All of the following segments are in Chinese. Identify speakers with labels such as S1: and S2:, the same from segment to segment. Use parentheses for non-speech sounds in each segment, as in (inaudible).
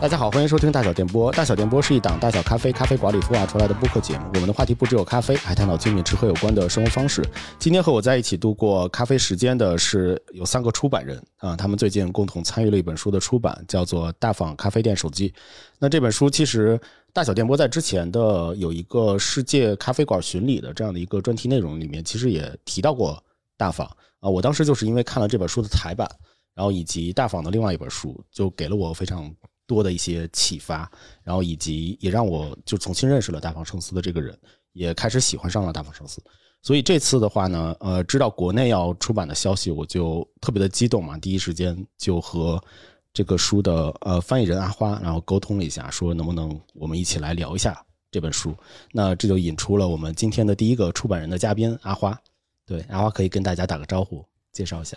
S1: 大家好，欢迎收听大小电波。大小电波是一档大小咖啡咖啡馆里孵化出来的播客节目。我们的话题不只有咖啡，还探讨精品吃喝有关的生活方式。今天和我在一起度过咖啡时间的是有三个出版人啊、他们最近共同参与了一本书的出版，叫做《大坊咖啡店手机》。那这本书其实大小电波在之前的有一个世界咖啡馆巡礼的这样的一个专题内容里面，其实也提到过大坊啊。我当时就是因为看了这本书的台版，然后以及大坊的另外一本书，就给了我非常多的一些启发，然后以及也让我就重新认识了大坊圣司的这个人，也开始喜欢上了大坊圣司。所以这次的话呢，呃，知道国内要出版的消息，我就特别的激动嘛，第一时间就和这个书的呃翻译人阿花，然后沟通了一下，说能不能我们一起来聊一下这本书。那这就引出了我们今天的第一个出版人的嘉宾阿花。对，阿花可以跟大家打个招呼，介绍一下。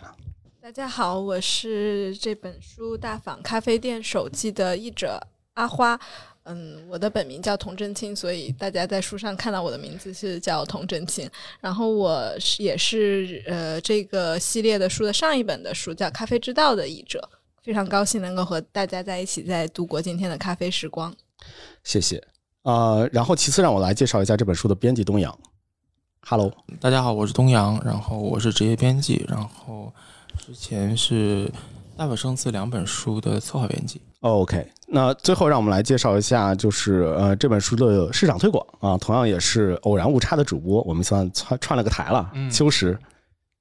S2: 大家好，我是这本书《大坊咖啡店手记》的译者阿花。嗯，我的本名叫童真清，所以大家在书上看到我的名字是叫童真清。然后我是也是呃这个系列的书的上一本的书叫《咖啡之道》的译者。非常高兴能够和大家在一起，在度过今天的咖啡时光。
S1: 谢谢。呃，然后其次让我来介绍一下这本书的编辑东阳。Hello，
S3: 大家好，我是东阳，然后我是职业编辑，然后之前是《大本生字》两本书的策划编辑。
S1: OK，那最后让我们来介绍一下，就是呃这本书的市场推广啊，同样也是偶然误差的主播，我们算串串了个台了。
S4: 嗯
S1: 秋实，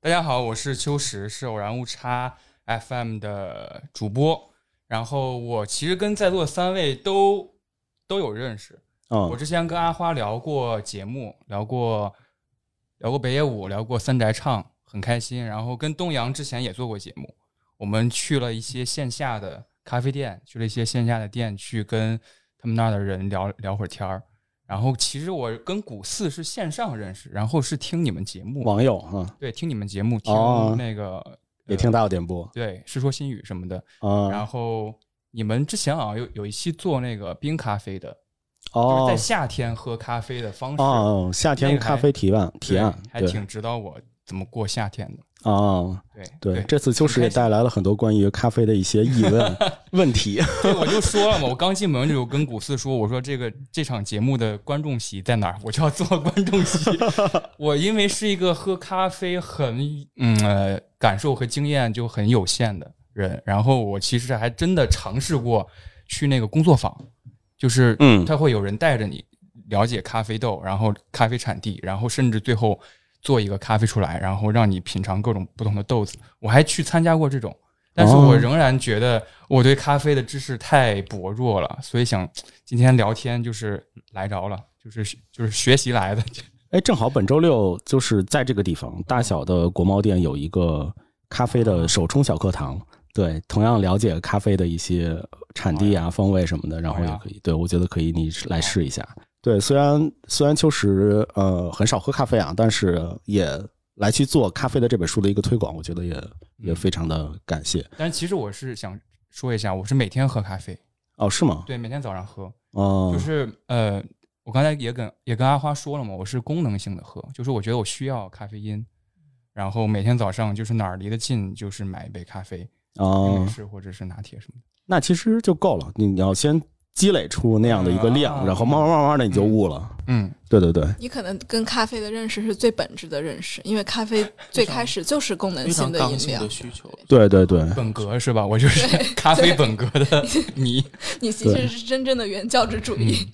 S4: 大家好，我是秋实，是偶然误差 FM 的主播。然后我其实跟在座的三位都都有认识。
S1: 嗯
S4: 我，之前跟阿花聊过节目，聊过聊过北野武，聊过三宅唱，很开心。然后跟东阳之前也做过节目，我们去了一些线下的咖啡店，去了一些线下的店去跟他们那儿的人聊聊会儿天儿。然后其实我跟古四是线上认识，然后是听你们节目，
S1: 网友啊、嗯
S4: 对，听你们节目，听
S1: 哦
S4: 那个、
S1: 也
S4: 呃
S1: 听大有点播
S4: 对《世说新语》什么的。
S1: 啊、
S4: 嗯然后你们之前啊好像有有一期做那个冰咖啡的，就是
S1: 哦
S4: 在夏天喝咖啡的方式，
S1: 哦，夏天
S4: 那个还
S1: 咖啡提案提
S4: 对
S1: 案
S4: 还
S1: 对
S4: 挺指导我怎么过夏天的。
S1: 哦，
S4: 对
S1: 对，
S4: 对，
S1: 这次秋实也带来了很多关于咖啡的一些疑
S4: (laughs)
S1: 问问题。
S4: 对我就说了嘛，我刚进门就跟古四说，我说这个这场节目的观众席在哪儿，我就要坐观众席。我因为是一个喝咖啡很嗯、呃、感受和经验就很有限的人，然后我其实还真的尝试过去那个工作坊，就是
S1: 嗯
S4: 他会有人带着你了解咖啡豆，然后咖啡产地，然后甚至最后做一个咖啡出来，然后让你品尝各种不同的豆子。我还去参加过这种，但是
S1: 哦
S4: 我仍然觉得我对咖啡的知识太薄弱了，所以想今天聊天就是来着了，就是就是学习来的。 (laughs)
S1: 哎，正好本周六就是在这个地方，大小的国贸店有一个咖啡的手冲小课堂。对，同样了解咖啡的一些产地
S4: 哦
S1: 啊、风味什么的，然后也可以。对，我觉得可以，你来试一下。对，虽然虽然秋实呃很少喝咖啡啊，但是也来去做咖啡的这本书的一个推广，我觉得
S4: 嗯
S1: 也也非常的感谢。
S4: 但其实我是想说一下，我是每天喝咖啡，
S1: 哦，是吗？
S4: 对，每天早上喝，
S1: 哦，
S4: 就是呃，我刚才也跟也跟阿花说了嘛，我是功能性的喝，就是我觉得我需要咖啡因，然后每天早上就是哪儿离得近就是买一杯咖啡，
S1: 哦
S4: 美，式或者是拿铁什么的。
S1: 那其实就够了。你你要先积累出那样的一个量，
S4: 啊
S1: 然后慢慢慢慢的你就
S4: 嗯
S1: 悟了。
S4: 嗯，
S1: 对对对，
S2: 你可能跟咖啡的认识是最本质的认识，因为咖啡最开始就是功能
S3: 非
S2: 嗯
S3: 常
S2: 性的
S3: 刚
S2: 饮
S3: 性
S2: 料
S3: 的。需求，
S1: 对对对，
S4: 本格是吧？我就是 (laughs) 咖啡本格的 (laughs) 迷。嗯
S2: 你其实是真正的原教旨主义。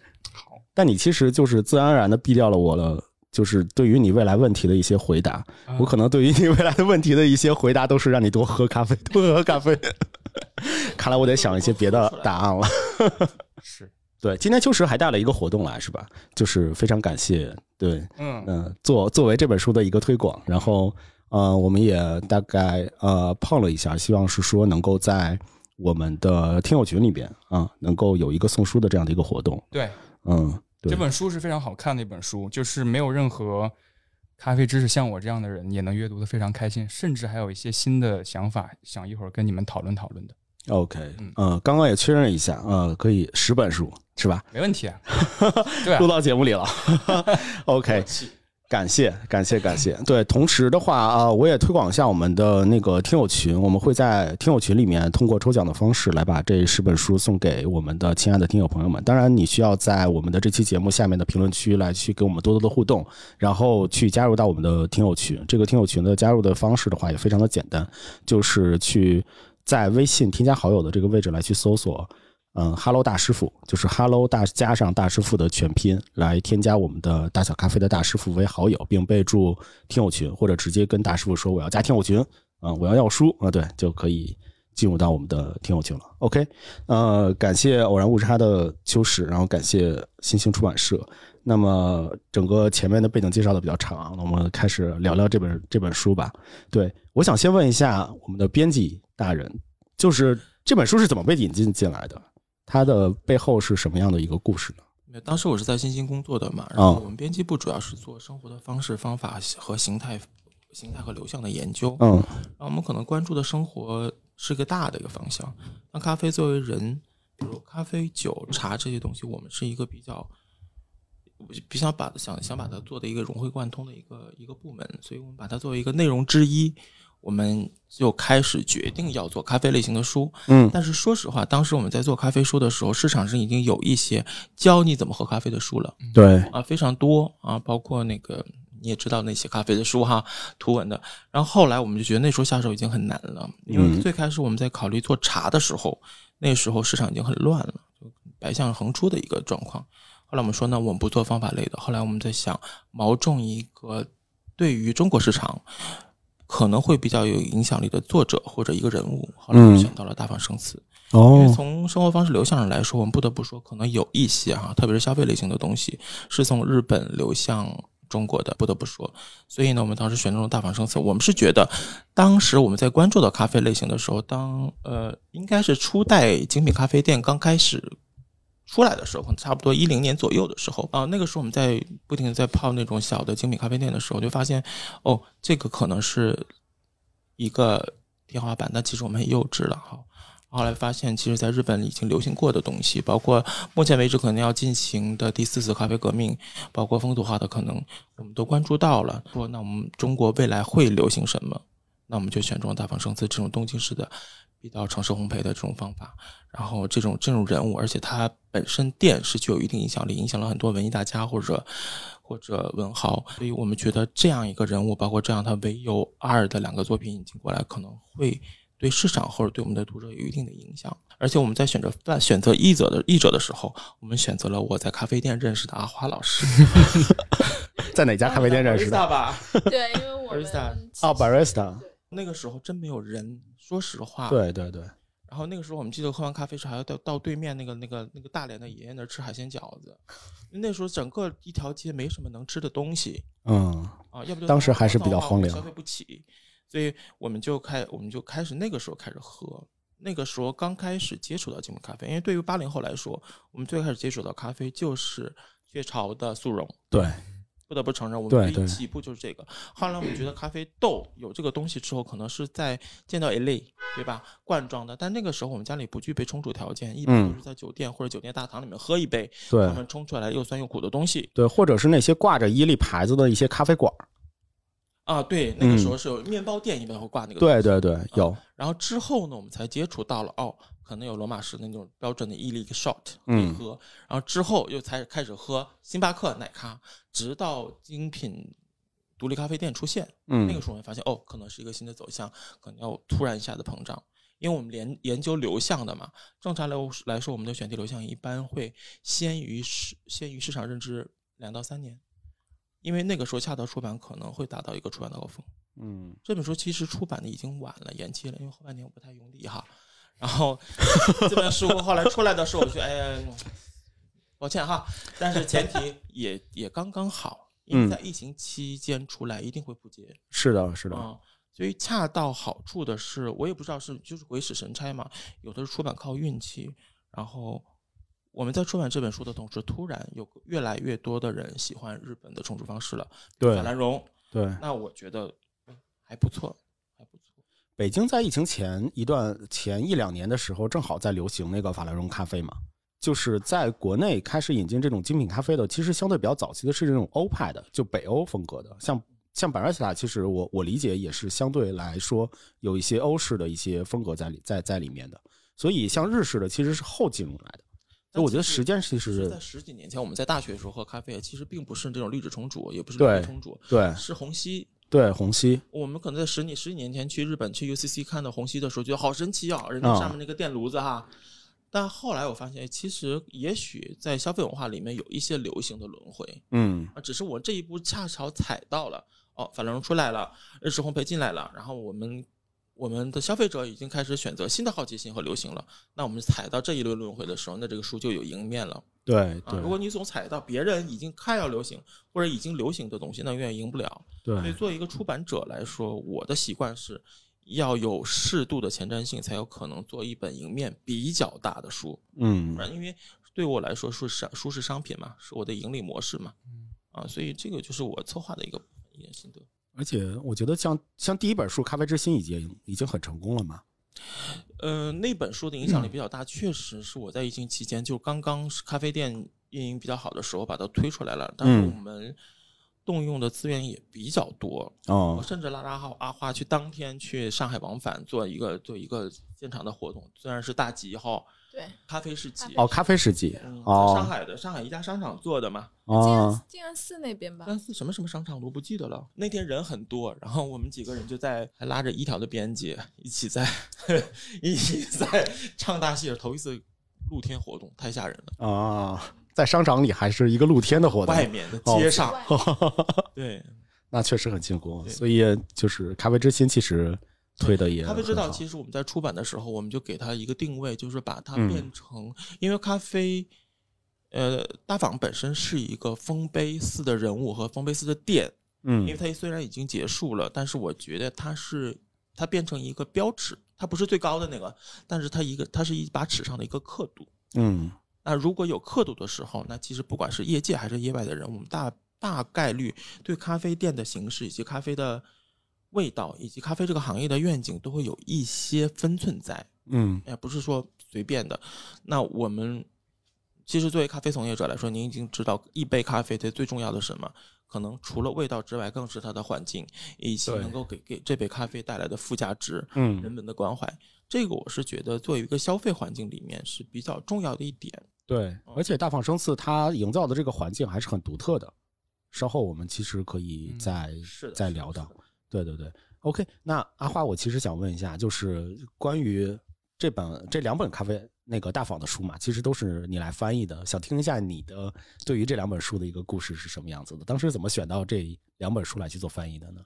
S1: 但你其实就是自然而然的避掉了我了，就是对于你未来问题的一些回答。我可能对于你未来的问题的一些回答都是让你多喝咖啡，多喝咖啡。看来我得想一些别的答案了。
S4: 是，
S1: 对，今天秋实还带了一个活动来，是吧？就是非常感谢，对，
S4: 嗯，
S1: 嗯、作作为这本书的一个推广，然后呃，我们也大概呃碰了一下，希望是说能够在我们的听友群里边啊、能够有一个送书的这样的一个活动，
S4: 对，
S1: 嗯。对
S4: 这本书是非常好看的一本书，就是没有任何咖啡知识，像我这样的人也能阅读的非常开心，甚至还有一些新的想法，想一会儿跟你们讨论讨论的，
S1: OK，
S4: 嗯
S1: 呃，刚刚也确认一下，呃，可以十本书是吧？
S4: 没问题啊。对啊 (laughs)
S1: 录，到节目里了。OK，感谢，感谢，感谢。对，同时的话啊、呃我也推广一下我们的那个听友群，我们会在听友群里面通过抽奖的方式来把这十本书送给我们的亲爱的听友朋友们。当然，你需要在我们的这期节目下面的评论区来去给我们多多的互动，然后去加入到我们的听友群。这个听友群的加入的方式的话也非常的简单，就是去在微信添加好友的这个位置来去搜索嗯，Hello 大师傅，就是 Hello 大加上大师傅的全拼来添加我们的大小咖啡的大师傅为好友，并备注听友群，或者直接跟大师傅说我要加听友群，嗯，我要要书啊，对，就可以进入到我们的听友群了。OK，呃，感谢偶然误差的秋实，然后感谢新兴出版社。那么整个前面的背景介绍的比较长啊，那我们开始聊聊这本这本书吧。对，我想先问一下我们的编辑大人，就是这本书是怎么被引进进来的？它的背后是什么样的一个故事呢？
S3: 没有当时我是在新兴工作的嘛，然
S1: 哦
S3: 后我们编辑部主要是做生活的方式、方法和形态、形态和流向的研究。
S1: 嗯
S3: 然后我们可能关注的生活是一个大的一个方向。但咖啡作为人，比如咖啡、酒、茶这些东西，我们是一个比较，我就比较把想想把它做的一个融会贯通的一个一个部门，所以我们把它作为一个内容之一，我们就开始决定要做咖啡类型的书。
S1: 嗯
S3: 但是说实话，当时我们在做咖啡书的时候，市场上已经有一些教你怎么喝咖啡的书了。
S1: 对，
S3: 啊，非常多啊，包括那个你也知道那些咖啡的书哈，图文的。然后后来我们就觉得那时候下手已经很难了，因
S1: 嗯
S3: 为最开始我们在考虑做茶的时候，那时候市场已经很乱了，就白象横出的一个状况。后来我们说呢，我们不做方法类的。后来我们在想，毛中一个对于中国市场可能会比较有影响力的作者或者一个人物。后来我们
S1: 嗯
S3: 想到了大放生死。因为
S1: 哦，
S3: 从生活方式流向上来说，我们不得不说，可能有一些哈、特别是消费类型的东西，是从日本流向中国的，不得不说。所以呢，我们当时选中了大放生死，我们是觉得，当时我们在关注到咖啡类型的时候，当呃，应该是初代精品咖啡店刚开始。出来的时候，可能差不多一零年左右的时候啊、那个时候我们在不停的在泡那种小的精品咖啡店的时候，就发现，哦，这个可能是一个天花板，但其实我们很幼稚了哈。后来发现，其实在日本已经流行过的东西，包括目前为止可能要进行的第四次咖啡革命，包括风土化的可能，我们都关注到了。说那我们中国未来会流行什么？那我们就选中了大放生次这种东京式的比较城市烘焙的这种方法，然后这种这种人物，而且他本身店是具有一定影响力，影响了很多文艺大家或者或者文豪，所以我们觉得这样一个人物，包括这样他唯有二的两个作品引进过来，可能会对市场或者对我们的读者有一定的影响。而且我们在选择在选择译者的译者的时候，我们选择了我在咖啡店认识的阿花老师，
S1: 在哪家咖啡店认
S3: (laughs)
S1: 识的？
S3: Barista 吧？
S2: (laughs) 对，因为我们
S3: Barista
S1: 哦，barista，
S3: 那个时候真没有人，说实话，
S1: 对对对，
S3: 然后那个时候我们记得喝完咖啡是还要到到对面那个那个那个大连的爷爷那儿吃海鲜饺子，那时候整个一条街没什么能吃的东西
S1: 嗯
S3: 啊，要不就
S1: 当时还是比较荒凉
S3: 消费不起，所以我们就开我们就开始那个时候开始喝。那个时候刚开始接触到精品咖啡，因为对于八零后来说，我们最开始接触到咖啡就是雀巢的速溶，
S1: 对，
S3: 不得不承认，我
S1: 对
S3: 们第
S1: 对
S3: 一起步就是这个。后来我们觉得咖啡豆有这个东西之后，可能是在见到 A 类，对吧？罐装的，但那个时候我们家里不具备冲煮条件，一般
S1: 嗯
S3: 都是在酒店或者酒店大堂里面喝一杯，
S1: 对
S3: 他们冲出来又酸又苦的东西
S1: 对，或者是那些挂着伊利牌子的一些咖啡馆儿，
S3: 啊。对，那个时候是有面包店一般会挂那个。
S1: 嗯对。对对，有，
S3: 然后之后呢，我们才接触到了哦，可能有罗马式那种标准的伊利 shot 可以
S1: 嗯
S3: 喝，然后之后又才开始喝星巴克奶咖，直到精品独立咖啡店出现。那个
S1: 嗯
S3: 时候我们发现，哦，可能是一个新的走向，可能要突然一下子膨胀，因为我们研研究流向的嘛。正常来来说，我们的选题流向一般会先于市先于市场认知两到三年，因为那个时候恰到出版可能会达到一个出版的高峰。
S1: 嗯，
S3: 这本书其实出版的已经晚了，延期了，因为后半年我不太用力哈。然后 (laughs) 这本书后来出来的时候，我就哎呀，抱歉哈，但是前提也也刚刚好，因为
S1: 嗯
S3: 在疫情期间出来一定会扑街。
S1: 是的，是的，
S3: 嗯，所以恰到好处的是，我也不知道是就是鬼使神差嘛，有的是出版靠运气，然后我们在出版这本书的同时，突然有越来越多的人喜欢日本的冲煮方式了，
S1: 对
S3: 法兰绒，
S1: 对。
S3: 那我觉得嗯还不错，还不错。
S1: 北京在疫情前一段前一两年的时候，正好在流行那个法兰绒咖啡嘛。就是在国内开始引进这种精品咖啡的，其实相对比较早期的是这种欧派的，就北欧风格的，像像百瑞奇塔，其实我我理解也是相对来说有一些欧式的一些风格在里在在里面的，所以像日式的其实是后进入来的，所以我觉得时间其
S3: 其实
S1: 实
S3: 在十几年前，我们在大学的时候喝咖啡，啊其实并不是这种绿植冲煮，也不是
S1: 对
S3: 绿植冲煮，
S1: 对
S3: 是虹吸。
S1: 对虹吸，
S3: 我们可能在十年十几年前去日本去 UCC 看到虹吸的时候，觉得好神奇啊，人
S1: 嗯
S3: 家上面那个电炉子哈。但后来我发现，其实也许在消费文化里面有一些流行的轮回
S1: 嗯
S3: 啊，只是我这一步恰巧踩到了哦，法兰绒出来了，日式烘焙进来了，然后我们我们的消费者已经开始选择新的好奇心和流行了。那我们踩到这一轮轮回的时候，那这个书就有迎面了。
S1: 对
S3: 啊，
S1: 对
S3: 如果你总踩到别人已经快要流行或者已经流行的东西，那永远赢不了。所以
S1: 对
S3: 作为一个出版者来说，我的习惯是要有适度的前瞻性，才有可能做一本赢面比较大的书。
S1: 嗯
S3: 不然，因为对我来说，书是商书是商品嘛，是我的盈利模式嘛，
S1: 嗯
S3: 啊，所以这个就是我策划的一个一个心得。
S1: 而且我觉得像像第一本书《咖啡之心》已经已经很成功了嘛，
S3: 呃，那本书的影
S1: 嗯
S3: 响力比较大，确实是我在疫情期间，就刚刚是咖啡店运营比较好的时候把它推出来了，但是
S1: 嗯
S3: 我们动用的资源也比较多，我
S1: 哦，
S3: 甚至拉拉号阿花去当天去上海往返做一个做一个现场的活动，虽然是大集号
S2: 对，
S3: 咖啡市集，
S1: 哦，咖啡世纪
S3: 嗯，在上
S1: 哦
S3: 海的上海一家商场做的嘛，
S2: 静
S1: 哦
S2: 安静安寺那边吧，
S3: 但是什么什么商场我不记得了。那天人很多，然后我们几个人就在还拉着一条的编辑一起在 (laughs) 一起在唱大戏，头一次露天活动，太吓人了。
S1: 啊，在商场里还是一个露天的活哦动，
S3: 外面的街上，对，
S1: 那确实很进攻，
S3: 对
S1: 所以就是咖啡之心其实推的也
S3: 咖啡之道，
S1: 很好
S3: 其实我们在出版的时候，我们就给它一个定位，就是把它
S1: 嗯
S3: 变成，因为咖啡，呃，大坊本身是一个丰碑寺的人物和丰碑寺的店，因为
S1: 嗯
S3: 它虽然已经结束了，但是我觉得它是它变成一个标尺，它不是最高的那个，但是它一个它是一把尺上的一个刻度。
S1: 嗯
S3: 那如果有刻度的时候，那其实不管是业界还是业外的人，我们大大概率对咖啡店的形式以及咖啡的味道以及咖啡这个行业的愿景都会有一些分寸在，
S1: 嗯
S3: 哎，不是说随便的。那我们其实作为咖啡从业者来说，您已经知道一杯咖啡它最重要的是什么。可能除了味道之外，更是它的环境，以及
S1: 对
S3: 能够给给这杯咖啡带来的附加值。人
S1: 嗯，
S3: 文的关怀，这个我是觉得作为一个消费环境里面是比较重要的一点。嗯
S1: 对，而且大放生次它营造的这个环境还是很独特的，稍后我们其实可以
S4: 嗯
S1: 再
S3: 是的
S1: 再
S3: 是的
S1: 聊
S3: 是
S1: 到
S3: 的，
S1: 对对对，OK，那阿花，我其实想问一下，就是关于这本这两本咖啡那个大坊的书嘛，其实都是你来翻译的，想听一下你的对于这两本书的一个故事是什么样子的？当时怎么选到这两本书来去做翻译的呢？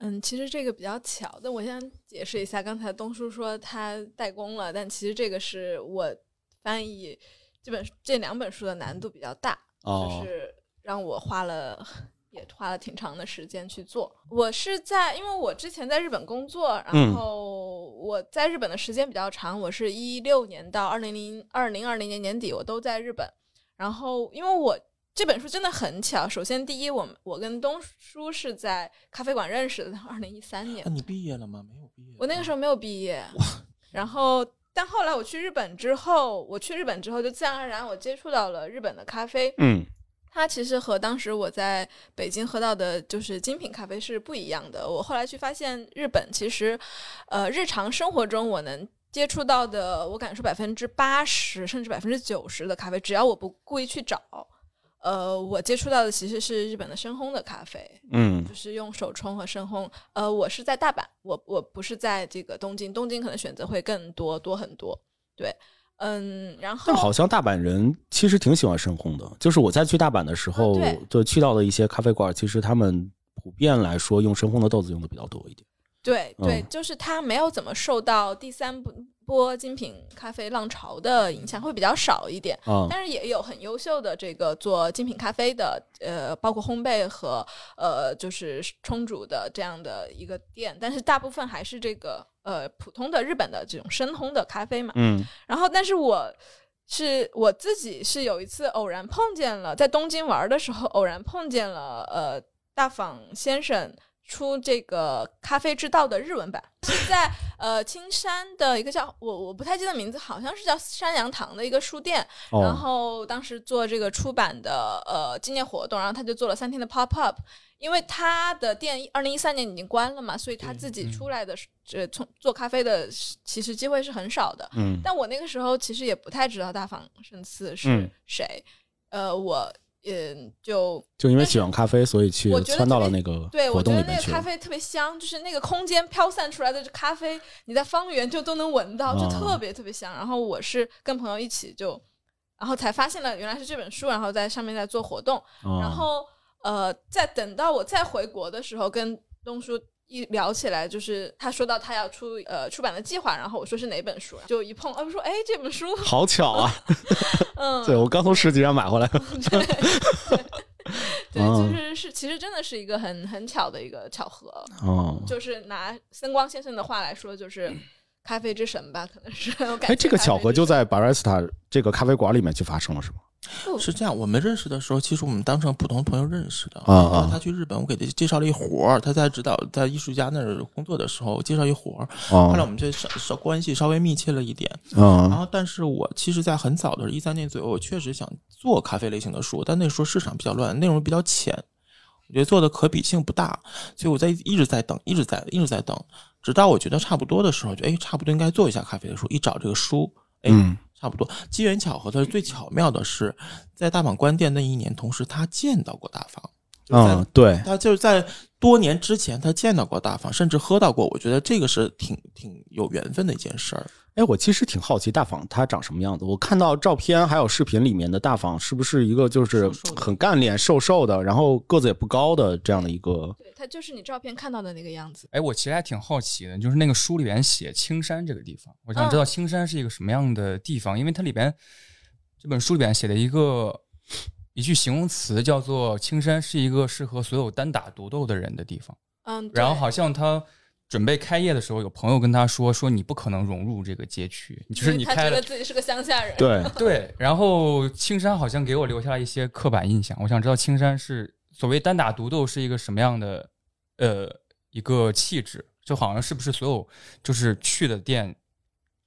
S2: 嗯，其实这个比较巧，但我先解释一下，刚才东叔说他代工了，但其实这个是我翻译这本这两本书的难度比较大，
S1: 哦
S2: 就，是让我花了。也花了挺长的时间去做。我是在，因为我之前在日本工作，
S1: 嗯
S2: 然后我在日本的时间比较长，我是一六年到二零零二零二零年年底，我都在日本。然后，因为我这本书真的很巧，首先第一，我们我跟东叔是在咖啡馆认识的， (laughs) 二零一三年
S1: 啊
S3: 那、，你毕业了吗？没有毕业。
S2: 我那个时候没有毕业，然后但后来我去日本之后，我去日本之后就自然而然我接触到了日本的咖啡，
S1: 嗯
S2: 它其实和当时我在北京喝到的就是精品咖啡是不一样的。我后来去发现，日本其实，呃，日常生活中我能接触到的，我敢说百分之八十甚至百分之九十的咖啡，只要我不故意去找，呃，我接触到的其实是日本的深烘的咖啡。
S1: 嗯
S2: 就是用手冲和深烘。呃，我是在大阪，我我不是在这个东京，东京可能选择会更多多很多。对，嗯，然后
S1: 但好像大阪人其实挺喜欢深烘的，就是我在去大阪的时候，
S2: 啊对
S1: 就去到的一些咖啡馆，其实他们普遍来说用深烘的豆子用的比较多一点。
S2: 对对，
S1: 嗯
S2: 就是它没有怎么受到第三波波精品咖啡浪潮的影响，会比较少一点。
S1: 啊、
S2: 但是也有很优秀的这个做精品咖啡的，呃，包括烘焙和呃，就是冲煮的这样的一个店，但是大部分还是这个呃普通的日本的这种深烘的咖啡嘛。
S1: 嗯
S2: 然后，但是我是我自己是有一次偶然碰见了，在东京玩的时候偶然碰见了呃大坊先生出这个《咖啡之道》的日文版，是在呃青山的一个叫我我不太记得名字，好像是叫山羊堂的一个书店。然
S1: 哦，
S2: 后当时做这个出版的呃纪念活动，然后他就做了三天的 pop up，因为他的店二零一三年已经关了嘛，所以他
S3: 对
S2: 自己
S4: 嗯
S2: 出来的是呃从做咖啡的是其实机会是很少的。
S1: 嗯
S2: 但我那个时候其实也不太知道大访胜次是
S1: 嗯
S2: 谁，呃，我嗯就
S1: 就因为喜欢咖啡，所以去
S2: 我觉得
S1: 窜到了
S2: 特别
S1: 那个
S2: 对
S1: 哦活
S2: 我觉
S1: 动
S2: 得
S1: 里面
S2: 那个
S1: 去
S2: 咖
S1: 了。
S2: 啡特别香，就是那个空间飘散出来的咖啡，你在方圆就都能闻到，就
S1: 哦
S2: 特别特别香。然后我是跟朋友一起就，然后才发现了原来是这本书，然后在上面在做活动，然
S1: 哦
S2: 后呃，在等到我再回国的时候，跟东叔一聊起来，就是他说到他要出呃出版的计划，然后我说是哪本书，就一碰，哎、我说哎这本书，
S1: 好巧啊！
S2: 嗯，
S1: (laughs) 对我刚从市集上买
S2: (laughs)
S1: 回来。
S2: 对，
S1: 哦
S2: 就是是其实真的是一个很很巧的一个巧合，
S1: 哦，
S2: 就是拿森光先生的话来
S1: (clears throat)
S2: 说，就是咖啡之神吧，可能
S1: (laughs)
S2: 是我感觉
S1: 哎，这个
S2: 咖啡
S1: 巧合
S2: 之
S1: 就
S2: 神
S1: 在 Barista 这个咖啡馆里面去发生了，是吗？
S2: 哦
S3: 是这样，我们认识的时候，其实我们当成普通朋友认识的。
S1: 啊啊
S3: 然后他去日本，我给他介绍了一活儿。他在指导在艺术家那儿工作的时候，介绍一活儿。后来我
S1: 哦，
S3: 们就稍稍关系稍微密切了一点。然
S1: 嗯，
S3: 后，但是我其实，在很早的时候，一三年左右，我确实想做咖啡类型的书，但那时候市场比较乱，内容比较浅，我觉得做的可比性不大，所以我在一直在等，一直在一直在等，直到我觉得差不多的时候，就哎，差不多应该做一下咖啡的书，一找这个书，哎。
S1: 嗯
S3: 差不多，机缘巧合的是最巧妙的是，在大坊关店那一年，同时他见到过大坊，就是在
S1: 嗯，对，
S3: 他就是在多年之前他见到过大坊，甚至喝到过，我觉得这个是挺挺有缘分的一件事儿。
S1: 哎，我其实挺好奇大仿它长什么样子。我看到照片还有视频里面的大仿，是不是一个就是
S3: 瘦瘦的
S1: 很干练、瘦瘦的，然后个子也不高的这样的一个？
S2: 对，它就是你照片看到的那个样子。
S4: 哎，我其实还挺好奇的，就是那个书里边写青山这个地方，我想知道青山是一个什么样的地方，因为它里边这本书里边写的一个一句形容词叫做“青山是一个适合所有单打独斗的人的地方”，
S2: 嗯，
S4: 然后
S2: 对
S4: 好像他。准备开业的时候，有朋友跟他说：“说你不可能融入这个街区，就是
S2: 因为
S4: 你
S2: 他
S4: 开
S2: 觉
S4: 了
S2: 得自己是个乡下人，
S1: 对，
S4: 对，然后青山好像给我留下了一些刻板印象，我想知道青山是所谓单打独斗是一个什么样的呃一个气质，就好像是不是所有就是去的店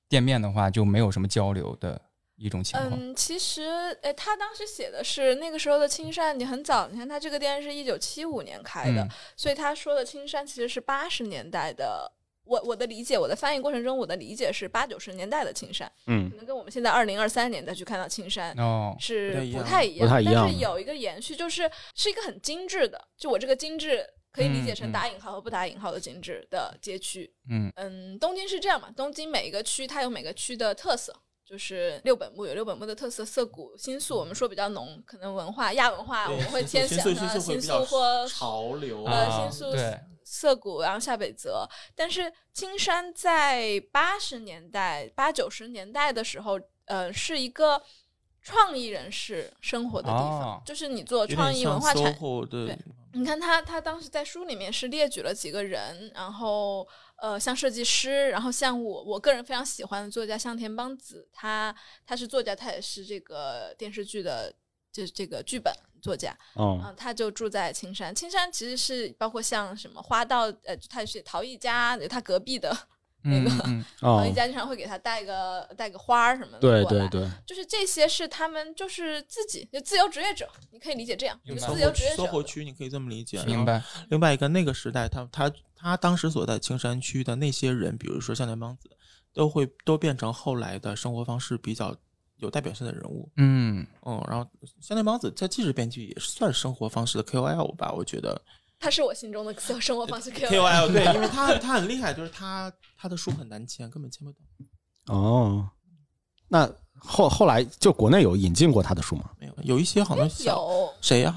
S4: 店面的话就没有什么交流的一种情况。
S2: 嗯，其实，呃，他当时写的是那个时候的青山，你很早，你看他这个店是一九七五年开的，
S4: 嗯
S2: 所以他说的青山其实是八十年代的。我我的理解，我的翻译过程中，我的理解是八九十年代的青山，
S1: 嗯
S2: 可能跟我们现在二零二三年再去看到青山
S4: 哦，
S2: 是
S3: 不太一
S2: 不
S3: 样
S1: 不太
S2: 太一
S1: 一
S2: 但
S1: 样
S2: 是有一个延续，就是是一个很精致的，就我这个精致可以理解成
S4: 嗯嗯
S2: 打引号和不打引号的精致的街区，
S4: 嗯
S2: 嗯，东京是这样嘛？东京每一个区它有每个区的特色，就是六本木有六本木的特色，涩谷、新宿我们说比较浓，可能文化亚文化啊我们会偏向呃新宿或
S3: 潮流
S2: 呃
S4: 啊
S2: 新宿
S4: 对
S2: 涩谷，然后下北泽。但是青山在八十年代、八九十年代的时候，呃，是一个创意人士生活的地方，
S4: 哦
S2: 就是你做
S3: 有点
S2: 创意文化
S3: 像
S2: 产
S3: SOHO 的
S2: 对你看他，他当时在书里面是列举了几个人，然后呃，像设计师，然后像我我个人非常喜欢的作家向田邦子，他他是作家，他也是这个电视剧的这这个剧本作家， (laughs) 嗯、
S1: 嗯
S2: 他就住在青山。青山其实是包括像什么花道，呃，他也是陶艺家，他隔壁的那
S4: 嗯
S2: 个
S4: 嗯
S2: 陶艺
S1: 嗯，
S2: 家经常会给他带个带个花儿什么的
S1: 对
S2: 过来
S1: 对对，
S2: 就是这些是他们就是自己就自由职业者，你可以理解这样，一
S4: 明
S2: 个
S4: 白
S2: 自由职业者
S3: ，SOHO
S2: 的
S3: 区你可以这么理解。
S4: 嗯，明。白。
S3: 另外一个那个时代，他他他当时所在青山区的那些人，比如说像田邦子，都会都变成后来的生活方式比较有代表性的人物。
S4: 嗯，
S3: 嗯，然后像田邦子，他既是编剧，也是算生活方式的 KOL 吧，我觉得。
S2: 他是我心中的生活方式 K O
S3: KOL 对，因为他他很厉害，就是他他的书很难签，根本签不到。
S1: 哦，那后后来就国内有引进过他的书吗？
S3: 没有，有一些好像小
S2: 有，
S3: 谁呀、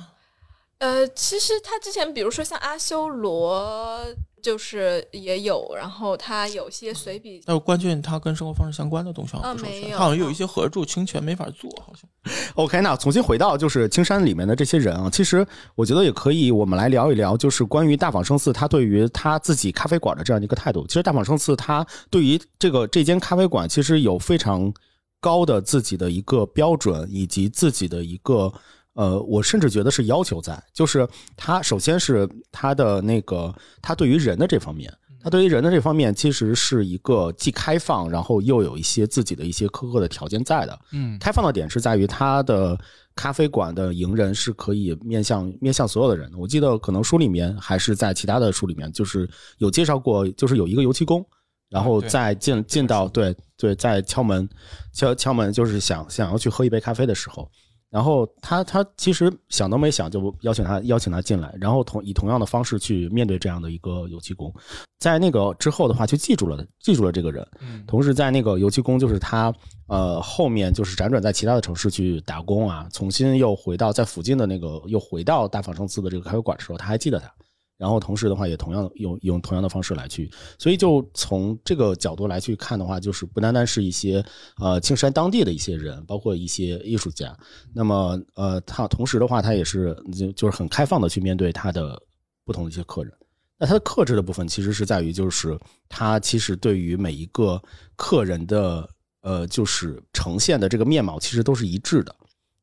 S2: 呃，其实他之前，比如说像阿修罗，就是也有，然后他有些随
S3: (laughs)
S2: 笔，
S3: 但是关键它跟生活方式相关的东西好像
S2: 啊
S3: 不授权，
S2: 没有
S3: 它好像有一些合著侵权没法做，好像
S1: OK，那重新回到就是青山里面的这些人啊，其实我觉得也可以，我们来聊一聊，就是关于大坊生次他对于他自己咖啡馆的这样一个态度。其实大坊生次他对于这个这间咖啡馆，其实有非常高的自己的一个标准，以及自己的一个呃，我甚至觉得是要求在，就是他首先是他的那个他对于人的这方面，他对于人的这方面其实是一个既开放，然后又有一些自己的一些苛刻的条件在的。
S4: 嗯
S1: 开放的点是在于它的咖啡馆的迎人是可以面向面向所有的人的。我记得可能书里面还是在其他的书里面，就是有介绍过，就是有一个油漆工，然后
S4: 啊对
S1: 再进进到对对，在敲门敲敲门，就是想想要去喝一杯咖啡的时候。然后他他其实想都没想就邀请他邀请他进来，然后同以同样的方式去面对这样的一个油漆工，在那个之后的话就记住了记住了这个人，
S4: 嗯
S1: 同时在那个油漆工，就是他呃后面就是辗转在其他的城市去打工啊，重新又回到在附近的那个又回到大坊生司的这个咖啡馆的时候，他还记得他。然后同时的话，也同样用用同样的方式来去，所以就从这个角度来去看的话，就是不单单是一些呃青山当地的一些人，包括一些艺术家。那么呃，他同时的话，他也是就就是很开放的去面对他的不同的一些客人。那他的克制的部分其实是在于，就是他其实对于每一个客人的呃，就是呈现的这个面貌，其实都是一致的。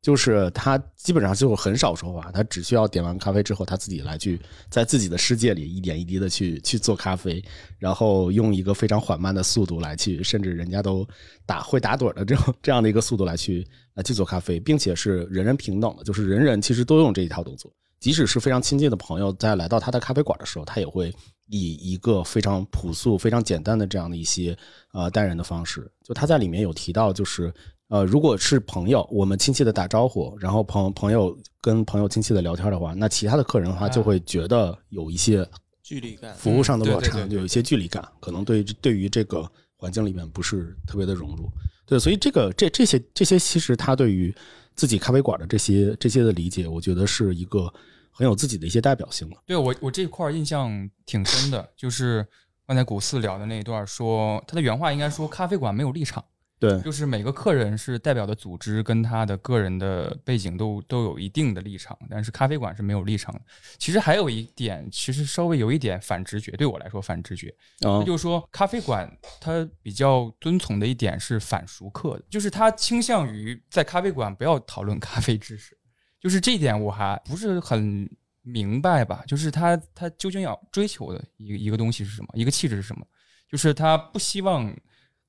S1: 就是他基本上就很少说话，他只需要点完咖啡之后，他自己来去在自己的世界里一点一滴的去去做咖啡，然后用一个非常缓慢的速度来去，甚至人家都打会打盹儿的这种这样的一个速度来去来去做咖啡，并且是人人平等的，就是人人其实都用这一套动作。即使是非常亲近的朋友，在来到他的咖啡馆的时候，他也会以一个非常朴素、非常简单的这样的一些呃待人的方式。就他在里面有提到，就是呃，如果是朋友，我们亲切的打招呼，然后朋朋友跟朋友亲切的聊天的话，那其他的客人的话
S4: 啊
S1: 就会觉得有一些
S3: 距离感。
S1: 服务上的落
S4: 嗯对
S1: 差，
S4: 对对
S1: 就有一些距离感，可能对于对于这个环境里面不是特别的融入。对，所以这个这这些这些，其实他对于自己咖啡馆的这些这些的理解，我觉得是一个很有自己的一些代表性了。
S4: 对我我这块儿印象挺深的，就是刚才古四聊的那一段说，他的原话应该说咖啡馆没有立场，
S1: 对，
S4: 就是每个客人是代表的组织跟他的个人的背景都都有一定的立场，但是咖啡馆是没有立场的。其实还有一点，其实稍微有一点反直觉，对我来说反直觉，
S1: 啊
S4: 那就是说，咖啡馆它比较遵从的一点是反熟客的，就是它倾向于在咖啡馆不要讨论咖啡知识，就是这一点我还不是很明白吧，就是它它究竟要追求的一个一个东西是什么，一个气质是什么，就是它不希望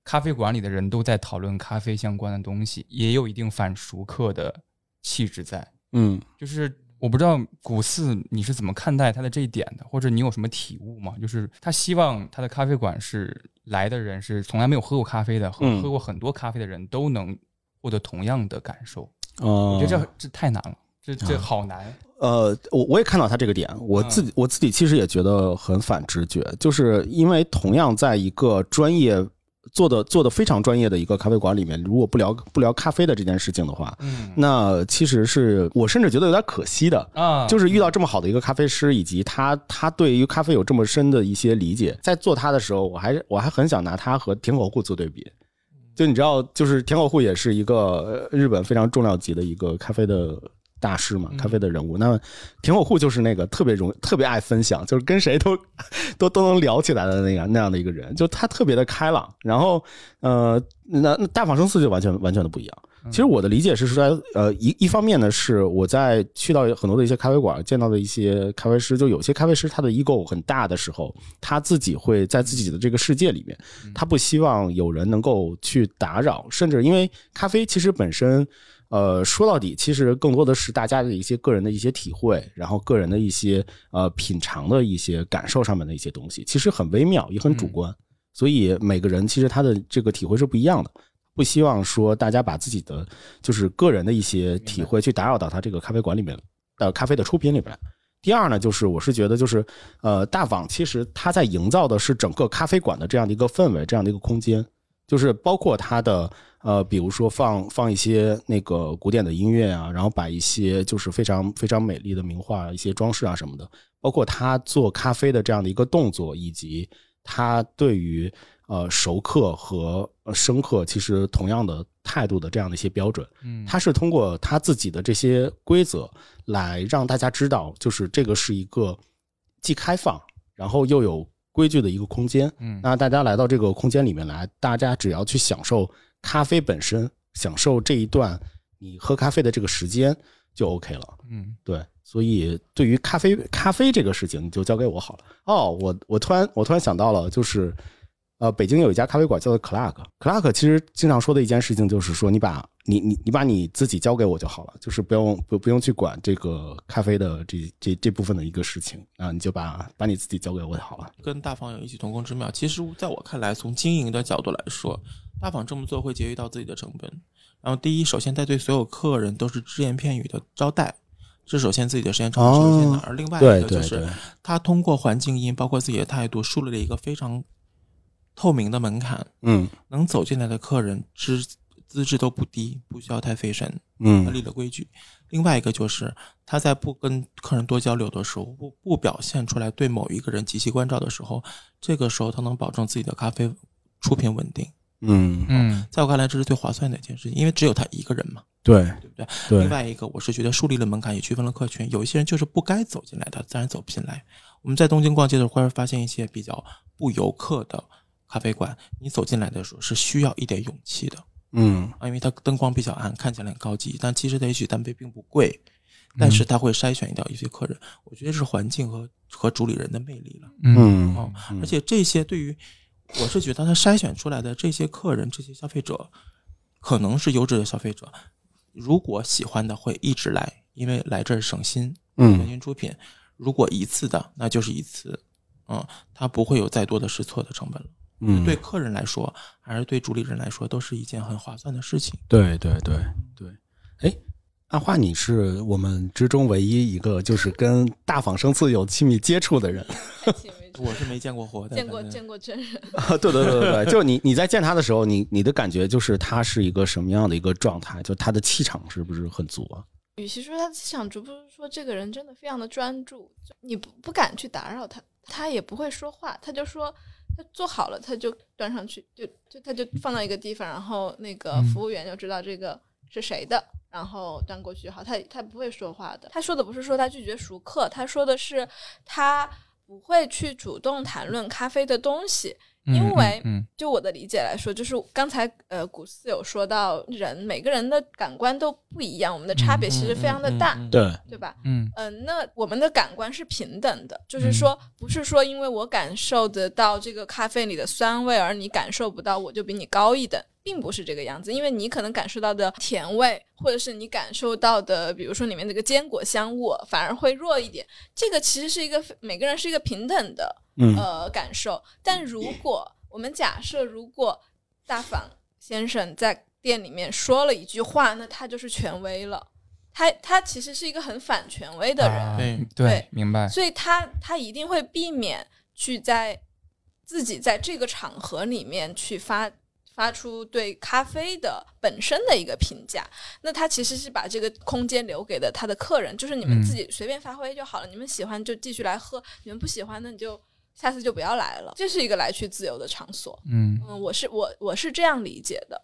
S4: 咖啡馆里的人都在讨论咖啡相关的东西，也有一定反熟客的气质在，
S1: 嗯，
S4: 就是我不知道古四你是怎么看待他的这一点的，或者你有什么体悟吗？就是他希望他的咖啡馆是来的人是从来没有喝过咖啡的，和
S1: 嗯
S4: 喝过很多咖啡的人都能获得同样的感受。
S1: 我
S4: 我觉得这这太难了，这这
S1: 啊
S4: 好难。
S1: 呃，我我也看到他这个点，我
S4: 嗯
S1: 自己、我自己其实也觉得很反直觉，就是因为同样在一个专业做的做的非常专业的一个咖啡馆里面，如果不聊不聊咖啡的这件事情的话，
S4: 嗯
S1: 那其实是我甚至觉得有点可惜的。
S4: 啊，
S1: 就是是遇到这么好的一个咖啡师，以及他他对于咖啡有这么深的一些理解，在做他的时候，我还我还很想拿他和田口户做对比。就你知道，就是田口户也是一个呃日本非常重量级的一个咖啡的大师嘛，
S4: 嗯
S1: 咖啡的人物。那么田口户就是那个特别容特别爱分享，就是跟谁都 (laughs) 都都能聊起来的那样那样的一个人，就他特别的开朗。然后呃，那那大仿生寺就完全完全的不一样。其实我的理解是说，呃，一一方面呢，是我在去到很多的一些咖啡馆见到的一些咖啡师，就有些咖啡师他的 ego 很大的时候，他自己会在自己的这个世界里面，他不希望有人能够去打扰，甚至因为咖啡其实本身，呃，说到底其实更多的是大家的一些个人的一些体会，然后个人的一些呃品尝的一些感受上面的一些东西，其实很微妙也很主观，所以每个人其实他的这个体会是不一样的。不希望说大家把自己的就是个人的一些体会去打扰到他这个咖啡馆里面的咖啡的出品里边来。第二呢，就是我是觉得就是呃，大网其实它在营造的是整个咖啡馆的这样的一个氛围，这样的一个空间，就是包括它的呃，比如说放放一些那个古典的音乐啊，然后摆一些就是非常非常美丽的名画、一些装饰啊什么的，包括他做咖啡的这样的一个动作，以及他对于呃熟客和呃生客其实同样的态度的这样的一些标准。
S4: 嗯
S1: 他是通过他自己的这些规则来让大家知道，就是这个是一个既开放，然后又有规矩的一个空间。
S4: 嗯
S1: 那大家来到这个空间里面来，大家只要去享受咖啡本身，享受这一段你喝咖啡的这个时间，就 OK 了。
S4: 嗯，
S1: 对，所以对于咖啡咖啡这个事情，你就交给我好了。哦，我我突然我突然想到了，就是呃，北京有一家咖啡馆叫做 Clark。Clark 其实经常说的一件事情就是说，你把你你你把你自己交给我就好了，就是不用不不用去管这个咖啡的这这这部分的一个事情啊，你就把把你自己交给我就好了。
S3: 跟大坊有异曲同工之妙。其实，在我看来，从经营的角度来说，大坊这么做会节约到自己的成本。然后，第一，首先在对所有客人都是只言片语的招待，这首先自己的时间成本是有限的。
S1: 哦
S3: 而另外
S1: 对
S3: 一个
S1: 对
S3: 就是
S1: 对，
S3: 他通过环境音，包括自己的态度，树立了一个非常透明的门槛，
S1: 嗯
S3: 能走进来的客人资资质都不低，不需要太费神。他
S1: 嗯
S3: 立了规矩。另外一个就是他在不跟客人多交流的时候，不不表现出来对某一个人极其关照的时候，这个时候他能保证自己的咖啡出品稳定。
S1: 嗯，
S4: 嗯，
S3: 在我看来，这是最划算的一件事情，因为只有他一个人嘛，
S1: 对
S3: 对不对？
S1: 对
S3: 另，外一个，我是觉得树立了门槛，也区分了客群。有一些人就是不该走进来的，自然走不进来。我们在东京逛街的时候，会发现一些比较不游客的咖啡馆，你走进来的时候是需要一点勇气的。
S1: 嗯
S3: 啊，因为它灯光比较暗，看起来很高级，但其实它也许单杯并不贵，
S1: 嗯
S3: 但是它会筛选掉一些客人。我觉得是环境和和主理人的魅力了。
S1: 嗯
S3: 哦，而且这些对于我是觉得他筛选出来的这些客人、这些消费者，可能是优质的消费者，如果喜欢的会一直来，因为来这儿省心，全
S1: 嗯
S3: 新出品。如果一次的，那就是一次，嗯，它不会有再多的试错的成本了。
S1: 嗯，
S3: 对客人来说，还是对主理人来说，都是一件很划算的事情。
S1: 对对对对，哎，阿花，你是我们之中唯一一个就是跟大仿生刺有亲密接触的人。
S2: 太奇为止
S3: 我是没见过活的，
S2: 见过
S3: 反正
S2: 见过真人，
S1: 啊，对对对对对，就你你在见他的时候，你你的感觉就是他是一个什么样的一个状态？就他的气场是不是很足啊？
S2: 与其说他气场足，不如说这个人真的非常的专注，就你不不敢去打扰他，他也不会说话，他就说他做好了，他就端上去，就就他就放到一个地方，然后那
S3: 嗯
S2: 个服务员就知道这个是谁的，然后端过去。好，他他不会说话的，他说的不是说他拒绝熟客，他说的是他不会去主动谈论咖啡的东西，因为
S4: 嗯
S2: 就我的理解来说，就是刚才呃古斯有说到人，每个人的感官都不一样，我们的差别其实非常的大，
S3: 嗯，
S1: 对，
S2: 对吧？
S4: 嗯
S2: 嗯、那我们的感官是平等的，就是说，不是说因为我感受得到这个咖啡里的酸味，而你感受不到，我就比你高一等，并不是这个样子。因为你可能感受到的甜味，或者是你感受到的，比如说里面那个坚果香味，反而会弱一点。这个其实是一个每个人是一个平等的，
S1: 嗯
S2: 呃感受。但如果我们假设，如果大仿先生在店里面说了一句话，那他就是权威了。他他其实是一个很反权威的人，
S4: 啊
S3: 对
S4: 对
S2: 对，
S4: 明白。
S2: 所以他他一定会避免去在自己在这个场合里面去发发出对咖啡的本身的一个评价。那他其实是把这个空间留给了他的客人，就是你们
S4: 嗯
S2: 自己随便发挥就好了，你们喜欢就继续来喝，你们不喜欢那你就下次就不要来了。这是一个来去自由的场所。
S4: 嗯
S2: 嗯，我是我我是这样理解的。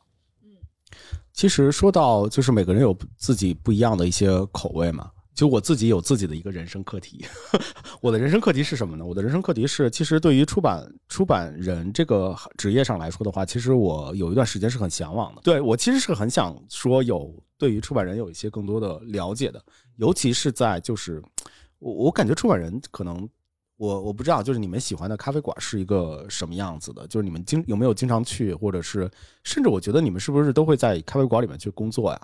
S1: 其实说到就是每个人有自己不一样的一些口味嘛。就我自己有自己的一个人生课题， (laughs) 我的人生课题是什么呢？我的人生课题是，其实对于出版出版人这个职业上来说的话，其实我有一段时间是很向往的。对我其实是很想说有对于出版人有一些更多的了解的，尤其是在就是我我感觉出版人可能我我不知道，就是你们喜欢的咖啡馆是一个什么样子的？就是你们经有没有经常去，或者是甚至我觉得你们是不是都会在咖啡馆里面去工作呀？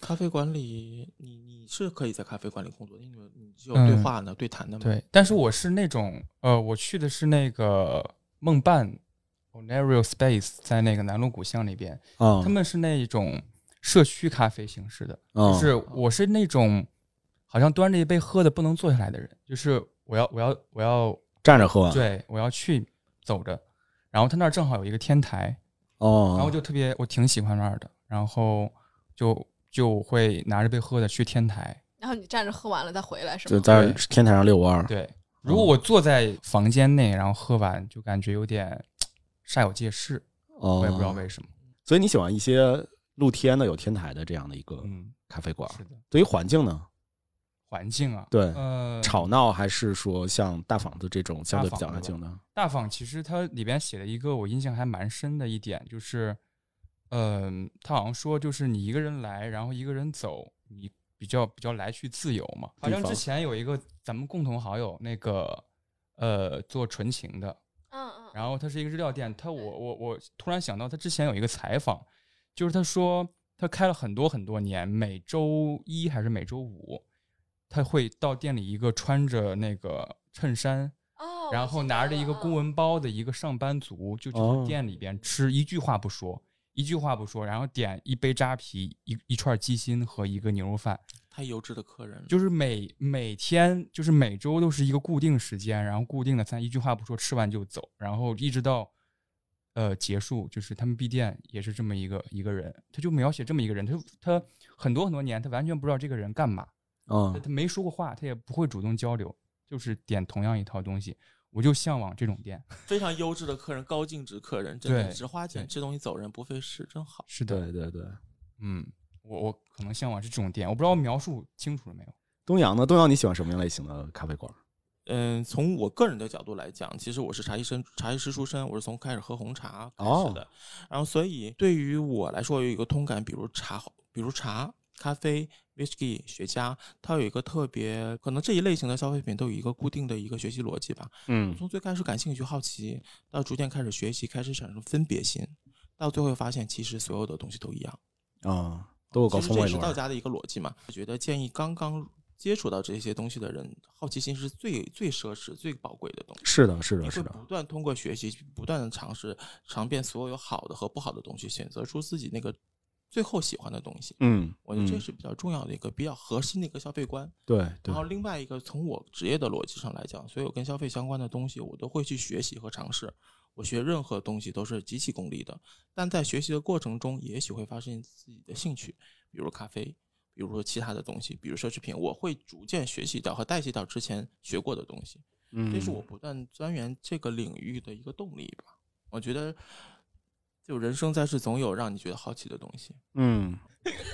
S3: 咖啡馆里，你你是可以在咖啡馆里工作，因为你是有
S4: 嗯
S3: 对话的、对谈的嘛。，
S4: 对，但是我是那种呃，我去的是那个梦伴 Onario Space，在那个南锣鼓巷那边，
S1: 啊
S4: 他们是那种社区咖啡形式的，
S1: 嗯
S4: 就是我是那种好像端着一杯喝的不能坐下来的人，就是我要我要我要
S1: 站着喝啊，
S4: 对我要去走着，然后他那儿正好有一个天台，
S1: 哦，
S4: 然后就特别我挺喜欢那儿的，然后就就会拿着杯喝的去天台，
S2: 然后你站着喝完了再回来是
S1: 就
S2: 吗？
S1: 在天台上遛弯儿，
S4: 对，如果我坐在房间内，然后喝完，就感觉有点煞有介事，
S1: 哦，
S4: 我也不知道为什么。
S1: 所以你喜欢一些露天的、有天台的这样的一个
S4: 嗯，
S1: 咖啡馆？
S4: 是的，
S1: 对于环境呢，
S4: 环境啊，
S1: 对
S4: 呃，
S1: 吵闹还是说像大房子这种相对比较安静的？
S4: 大坊其实它里边写了一个我印象还蛮深的一点，呃就是，嗯、他好像说就是你一个人来，然后一个人走，你比较比较来去自由嘛。好像之前有一个咱们共同好友，那个呃做纯情的，
S2: 嗯嗯，
S4: 然后他是一个日料店，他我我我突然想到，他之前有一个采访，就是他说他开了很多很多年，每周一还是每周五，他会到店里一个穿着那个衬衫，
S2: 哦，
S4: 然后拿着一个公文包的一个上班族，就去
S1: 哦
S4: 店里边吃，一句话不说，一句话不说，然后点一杯扎啤，一一串鸡心和一个牛肉饭，
S3: 太优质的客人了，
S4: 就是每每天就是每周都是一个固定时间，然后固定的餐，一句话不说，吃完就走，然后一直到呃结束，就是他们闭店也是这么一个一个人，他就描写这么一个人，他就他很多很多年，他完全不知道这个人干嘛，他
S1: 嗯，
S4: 他没说过话，他也不会主动交流，就是点同样一套东西，我就向往这种店。
S3: 非常优质的客人，高净值客人，真的
S4: 对
S3: 只花钱
S4: 对
S3: 吃东西走人，不费事，真好。
S4: 是
S1: 对，对对。
S4: 嗯，我我可能向往是这种店，我不知道我描述清楚了没有。 (laughs)
S1: 东阳呢？东阳你喜欢什么样类型的咖啡馆？
S3: 嗯，从我个人的角度来讲，其实我是茶艺生、茶艺师出身，我是从开始喝红茶开始的。然后，所以对于我来说，有一个通感，比如茶，比如茶、咖啡、whisky、雪茄，它有一个特别，可能这一类型的消费品都有一个固定的一个学习逻辑吧。
S1: 嗯
S3: 从最开始感兴趣、好奇，到逐渐开始学习，开始产生分别心，到最后发现其实所有的东西都一样。
S1: 啊，都有
S3: 其
S1: 搞
S3: 实
S1: 风
S3: 这
S1: 味
S3: 是道
S1: 轮。
S3: 家的一个逻辑嘛。我觉得建议刚刚接触到这些东西的人，好奇心是最最奢侈、最宝贵的东西。
S1: 是的，是
S3: 你
S1: 的，
S3: 会
S1: 是的，啊
S3: 不断通过学习，不断的尝试，尝遍所有好的和不好的东西，选择出自己那个最后喜欢的东西。
S1: 嗯，
S3: 我觉得这
S1: 嗯
S3: 是比较重要的一个、比较核心的一个消费观。
S1: 对对
S3: 然后另外一个，从我职业的逻辑上来讲，所有跟消费相关的东西，我都会去学习和尝试。我学任何东西都是极其功利的，但在学习的过程中，也许会发现自己的兴趣，比如咖啡，比如说其他的东西，比如奢侈品，我会逐渐学习到和代谢到之前学过的东西。
S1: 嗯，
S3: 这是我不断钻研这个领域的一个动力吧。我觉得，就人生在世，总有让你觉得好奇的东西。
S1: 嗯，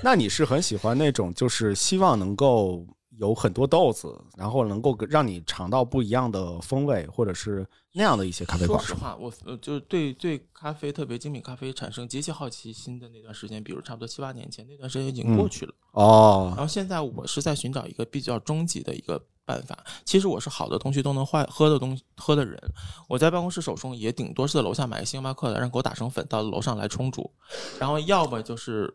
S1: 那你是很喜欢那种，就是希望能够有很多豆子，然后能够让你尝到不一样的风味，或者是那样的一些咖啡
S3: 说
S1: 馆
S3: 实
S1: 是吗？
S3: 话，我呃就是对对咖啡，特别精品咖啡产生极其好奇心的那段时间，比如差不多七八年前那段时间已经
S1: 嗯
S3: 过去了。然
S1: 哦，
S3: 后现在我是在寻找一个比较终极的一个办法。其实我是好的东西都能坏，喝的东西喝的人。我在办公室手冲也顶多是在楼下买个星巴克的，让狗打成粉到楼上来冲煮。然后要么就是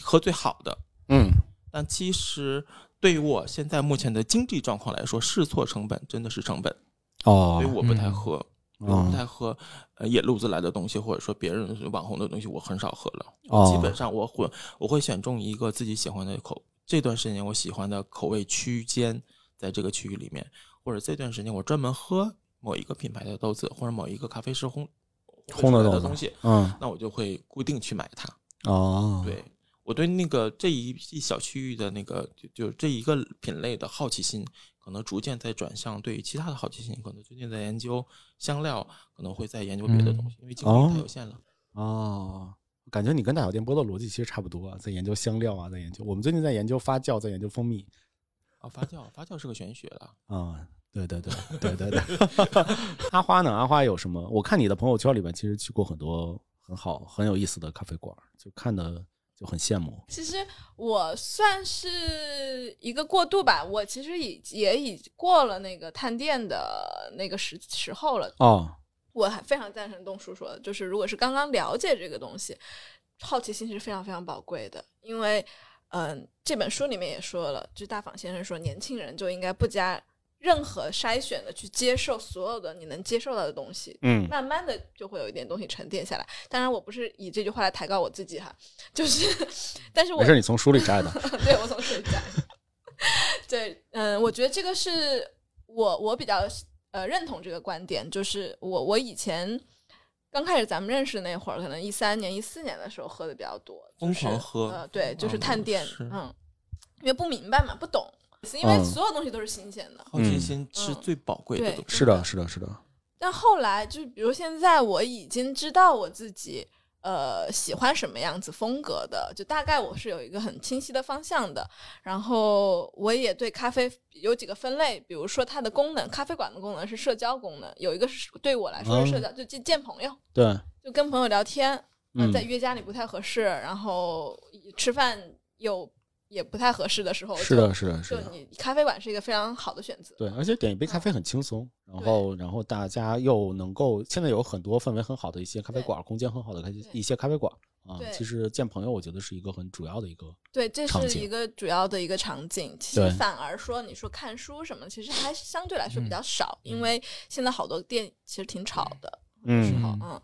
S3: 喝最好的，
S1: 嗯，
S3: 但其实对于我现在目前的经济状况来说，试错成本真的是成本，
S1: 哦
S3: 所以，我不太
S4: 嗯
S3: 喝。我不
S1: 嗯，
S3: 太喝呃野路子来的东西，或者说别人网红的东西，我很少喝了。
S1: 哦
S3: 基本上我会我会选中一个自己喜欢的口，这段时间我喜欢的口味区间，在这个区域里面，或者这段时间我专门喝某一个品牌的豆子，或者某一个咖啡师烘
S1: 烘的
S3: 出来
S1: 豆
S3: 的
S1: 子
S3: 东西，
S1: 嗯，
S3: 那我就会固定去买它。
S1: 哦，，
S3: 对我对那个这一一小区域的那个就就这一个品类的好奇心，可能逐渐在转向对于其他的好奇心，可能最近在研究香料，可能会在研究别的
S4: 嗯
S3: 东西，因为精力
S1: 哦
S3: 太有限了。
S1: 哦。感觉你跟大小电波的逻辑其实差不多啊，在研究香料啊，在研究我们最近在研究发酵，在研究蜂蜜
S3: 哦，发酵，发酵是个玄学了。
S4: 嗯
S1: 啊、对对对对对对。阿花呢？阿花有什么？我看你的朋友圈里面其实去过很多很好很有意思的咖啡馆，就看的就很羡慕。
S2: 其实我算是一个过渡吧，我其实已也已过了那个探店的那个时时候了。
S1: 哦，
S2: 我还非常赞成东叔说的，就是如果是刚刚了解这个东西，好奇心是非常非常宝贵的，因为，嗯、这本书里面也说了，就大访先生说，年轻人就应该不加任何筛选的去接受所有的你能接受到的东西，
S1: 嗯
S2: 慢慢的就会有一点东西沉淀下来。当然，我不是以这句话来抬高我自己哈，就是，但是 (laughs) 我
S1: 没事，你从书里摘的。
S2: (laughs) 对我从水站。对，嗯，我觉得这个是我我比较呃认同这个观点，就是我我以前刚开始咱们认识那会儿，可能一三年、一四年的时候喝的比较多，就
S3: 疯
S2: 是
S3: 狂喝
S2: 呃，对，
S3: 疯
S2: 就是
S3: 狂
S2: 探
S3: 地
S2: 店
S3: 吃，
S2: 嗯，因为不明白嘛，不懂，因为
S1: 嗯
S2: 所有东西都是新鲜的，
S3: 好奇心是
S2: 嗯
S3: 最宝贵的
S2: 对
S3: 东西。
S1: 是的，是的，是的。
S2: 但后来，就比如现在，我已经知道我自己呃喜欢什么样子风格的，就大概我是有一个很清晰的方向的。然后我也对咖啡有几个分类，比如说它的功能，咖啡馆的功能是社交功能，有一个是对我来说是社
S1: 哦
S2: 交，就见见朋友，
S1: 对，
S2: 就跟朋友聊天，呃
S1: 嗯
S2: 嗯，在约家里不太合适，然后吃饭有。也不太合适的时候，
S1: 是的，是的，是
S2: 就，
S1: 的
S2: 就。你咖啡馆是一个非常好的选择。
S1: 对，而且点一杯咖啡很轻松，然后然后大家又能够，现在有很多氛围很好的一些咖啡
S2: 对
S1: 馆，空间很好的咖啡
S2: 对
S1: 一些咖啡馆啊
S2: 对，
S1: 其实见朋友我觉得是一个很主要的一个，
S2: 对，这
S1: 场
S2: 是
S1: 景
S2: 一个主要的一个场景。其
S1: 对
S2: 实反而说，你说看书什么，其实还相对来说比较少，因为现在好多店其实挺吵的。
S1: 嗯
S2: 好，嗯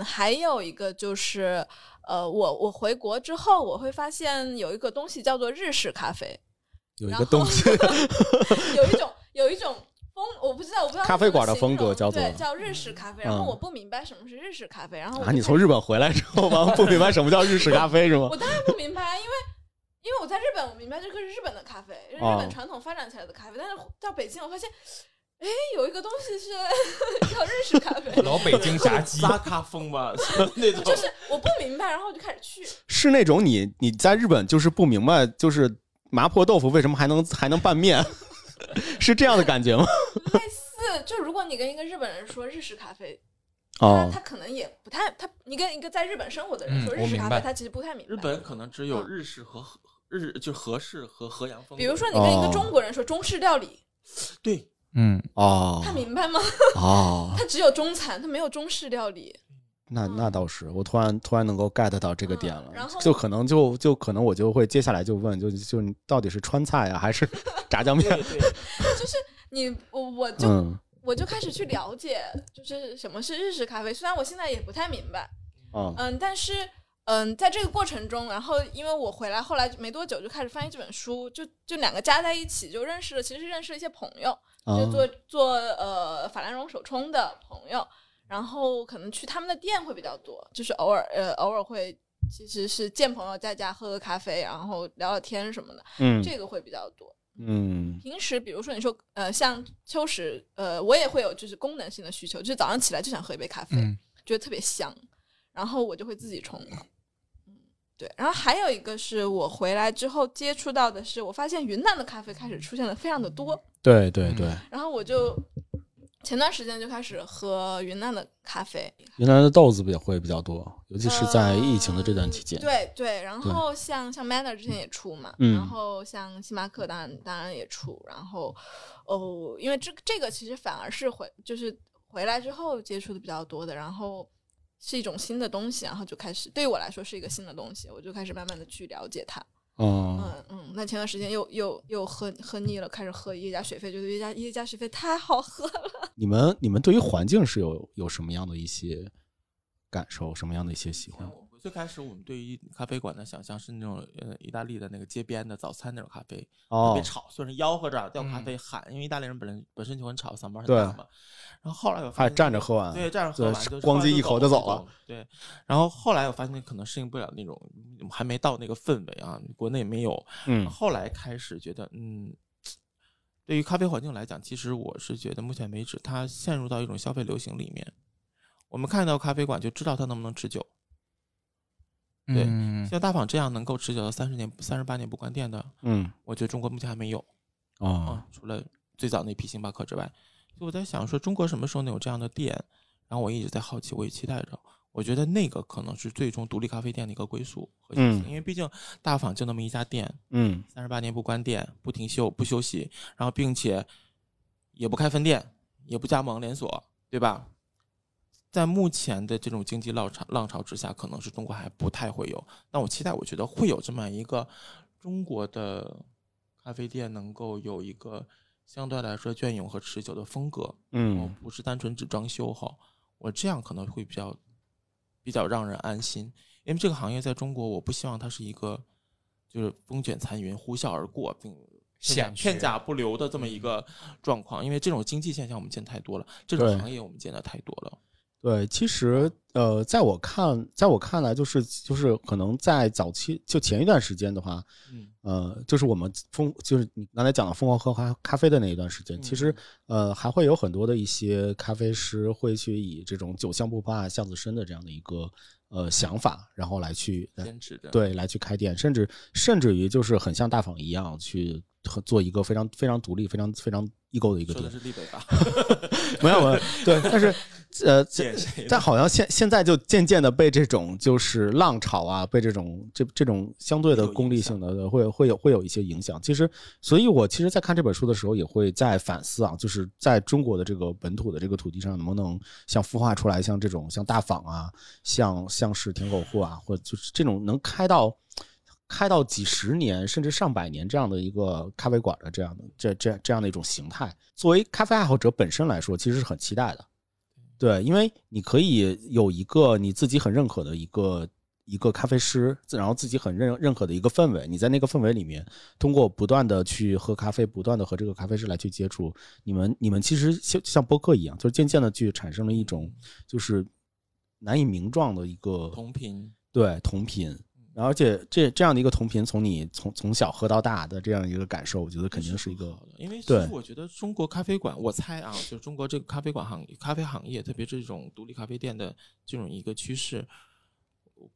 S2: 嗯，还有一个就是，呃，我我回国之后，我会发现有一个东西叫做日式咖啡，
S1: 有一
S2: 然
S1: 个
S2: 后
S1: 东西，
S2: (laughs) 有一种有一种风，我不知道，我不知道
S1: 咖啡馆的
S2: 怎么形容
S1: 风格叫做
S2: 对叫日式咖啡。然后
S1: 嗯
S2: 我不明白什么是日式咖啡，然后我
S1: 啊，
S2: 就
S1: 你
S2: 开
S1: 从日本回来之后吧，不明白什么叫日式咖啡是吗
S2: 我？当然不明白，因为因为我在日本，我明白这个是日本的咖啡，日
S1: 哦
S2: 本传统发展起来的咖啡。但是到北京，我发现，哎，有一个东西是叫日式咖啡，
S4: 老北京炸
S1: (laughs)
S4: 鸡，
S3: 扎咖风吧， (laughs) 那种
S2: 就是我不明白，然后我就开始去。
S1: (laughs) 是那种你你在日本就是不明白，就是麻婆豆腐为什么还能还能拌面， (laughs) 是这样的感觉吗？
S2: 类似，就如果你跟一个日本人说日式咖啡，
S1: (laughs)
S2: 他
S1: 哦
S2: 他可能也不太他，你跟一个在日本生活的人
S4: 嗯
S2: 说日
S4: 我
S2: 式
S4: 明
S2: 咖
S4: 白
S2: 啡，他其实不太明白。
S3: 日本可能只有日式和和日就和式和和洋风格。
S2: 嗯比如说你跟一个
S1: 哦
S2: 中国人说中式料理，
S4: (laughs)
S3: 对，
S4: 嗯，
S1: 哦
S2: 他明白吗？
S1: 哦，
S2: 他只有中餐，他没有中式料理。
S1: 那那倒是，我突然突然能够 get 到这个点了
S2: 嗯然后，
S1: 就可能就就可能我就会接下来就问，就就你到底是川菜呀还
S2: (laughs)
S1: 是炸酱面？
S3: 对
S4: (laughs)
S3: 对，
S2: 你我我就
S1: 嗯
S2: 我就开始去了解，就是什么是日式咖啡。虽然我现在也不太明白，
S1: 啊
S2: 嗯，但是嗯，在这个过程中，然后因为我回来后来没多久就开始翻译这本书，就就两个加在一起就认识了，其实认识了一些朋友，
S1: 啊
S2: 就做做呃法兰绒手冲的朋友，然后可能去他们的店会比较多，就是偶尔呃偶尔会其实是见朋友在家喝个咖啡，然后聊聊天什么的，
S1: 嗯
S2: 这个会比较多。
S1: 嗯
S2: 平时比如说你说呃像秋实呃我也会有就是功能性的需求，就是早上起来就想喝一杯咖啡，
S4: 嗯
S2: 觉得特别香，然后我就会自己冲。嗯，对。然后还有一个是我回来之后接触到的是，我发现云南的咖啡开始出现的非常的多，
S1: 对对对，
S2: 然后我就前段时间就开始喝云南的咖啡，
S1: 云南的豆子也会比较多，尤其是在疫情的这段期间
S2: 嗯。呃对对，然后像像 Manner 之前也出嘛，
S1: 嗯
S2: 然后像星巴克当然当然也出，然后哦，因为这这个其实反而是回就是回来之后接触的比较多的，然后是一种新的东西，然后就开始对于我来说是一个新的东西，我就开始慢慢的去了解它。
S1: 嗯
S2: 嗯嗯，那前段时间又又又喝喝腻了，开始喝耶加雪菲，觉得耶加耶加雪菲太好喝了。
S1: 你们你们对于环境是有有什么样的一些感受，什么样的一些喜欢？
S3: 我最开始我们对于咖啡馆的想象是那种呃意大利的那个街边的早餐那种咖啡，特
S1: 哦嗯
S3: 别，吵，虽然是吆喝着要咖啡喊，因为意大利人本来本身就很吵，嗓门很
S1: 对
S3: 大嘛。然后后来我发
S1: 哎，
S3: 现
S1: 站着喝完，
S3: 对，站着
S1: 对
S3: 喝完就
S1: 咣叽一口就走了
S3: 了。对，然后后来我发现可能适应不了那种，嗯还没到那个氛围啊，国内没有。
S1: 嗯
S3: 后来开始觉得，嗯，对于咖啡环境来讲，其实我是觉得目前为止，它陷入到一种消费流行里面。我们看到咖啡馆就知道它能不能持久，对
S4: 嗯
S3: 像大坊这样能够持久到三十年、三十八年不关店的，
S1: 嗯
S3: 我觉得中国目前还没有。
S1: 哦
S3: 啊，除了最早那批星巴克之外，所以我在想说，中国什么时候能有这样的店？然后我一直在好奇，我也期待着。我觉得那个可能是最终独立咖啡店的一个归宿和形式，
S1: 嗯
S3: 因为毕竟大坊就那么一家店，
S1: 嗯
S3: 三十八年不关店、不停休、不休息，然后并且也不开分店，也不加盟连锁，对吧？在目前的这种经济浪潮浪潮之下，可能是中国还不太会有。但我期待，我觉得会有这么一个中国的咖啡店能够有一个相对来说隽永和持久的风格，我
S1: 嗯
S3: 不是单纯只装修好，我这样可能会比较比较让人安心，因为这个行业在中国，我不希望它是一个就是风卷残云、呼啸而过，并片甲
S4: 显学
S3: 片甲不留的
S1: 嗯
S3: 这么一个状况，因为这种经济现象我们见太多了，这种
S1: 对
S3: 行业我们见的太多了。
S1: 对，其实呃，在我看，在我看来，就是就是可能在早期就前一段时间的话，
S3: 嗯，
S1: 呃，就是我们疯，就是你刚才讲的疯狂喝咖咖啡的那一段时间，其实
S3: 嗯
S1: 呃还会有很多的一些咖啡师会去以这种酒香不怕巷子深的这样的一个呃想法，然后来去来
S3: 坚持着。，
S1: 对来去开店，甚至甚至于就是很像大坊一样去和做一个非常非常独立、非常非常异构的一个
S3: 说
S1: (laughs) 店
S3: 的。是立北吧？
S1: 没有没有，对，但是呃， (laughs) 这
S3: 见谁
S1: 但好像现现在就渐渐的被这种就是浪潮啊，被这种这这种相对的
S3: 有影
S1: 功利性的会会有会有一些影响。其实，所以我其实，在看这本书的时候，也会在反思啊，就是在中国的这个本土的这个土地上，能不能像孵化出来像这种像大坊啊，像像是舔狗户啊，或者就是这种能开到。开到几十年甚至上百年这样的一个咖啡馆的这样的这这这样的一种形态，作为咖啡爱好者本身来说，其实是很期待的。对，因为你可以有一个你自己很认可的一个一个咖啡师，自然后自己很认认可的一个氛围，你在那个氛围里面，通过不断的去喝咖啡，不断的和这个咖啡师来去接触，你们你们其实像像播客一样，就是渐渐的去产生了一种就是难以名状的一个
S3: 同频，
S1: 对同频。然后，而且这这样的一个同频，从你从从小喝到大的这样一个感受，我觉得肯定是一个
S3: 好的，因为其
S1: 对
S3: 实我觉得中国咖啡馆，我猜啊，就是中国这个咖啡馆行咖啡行业，特别这种独立咖啡店的这种一个趋势，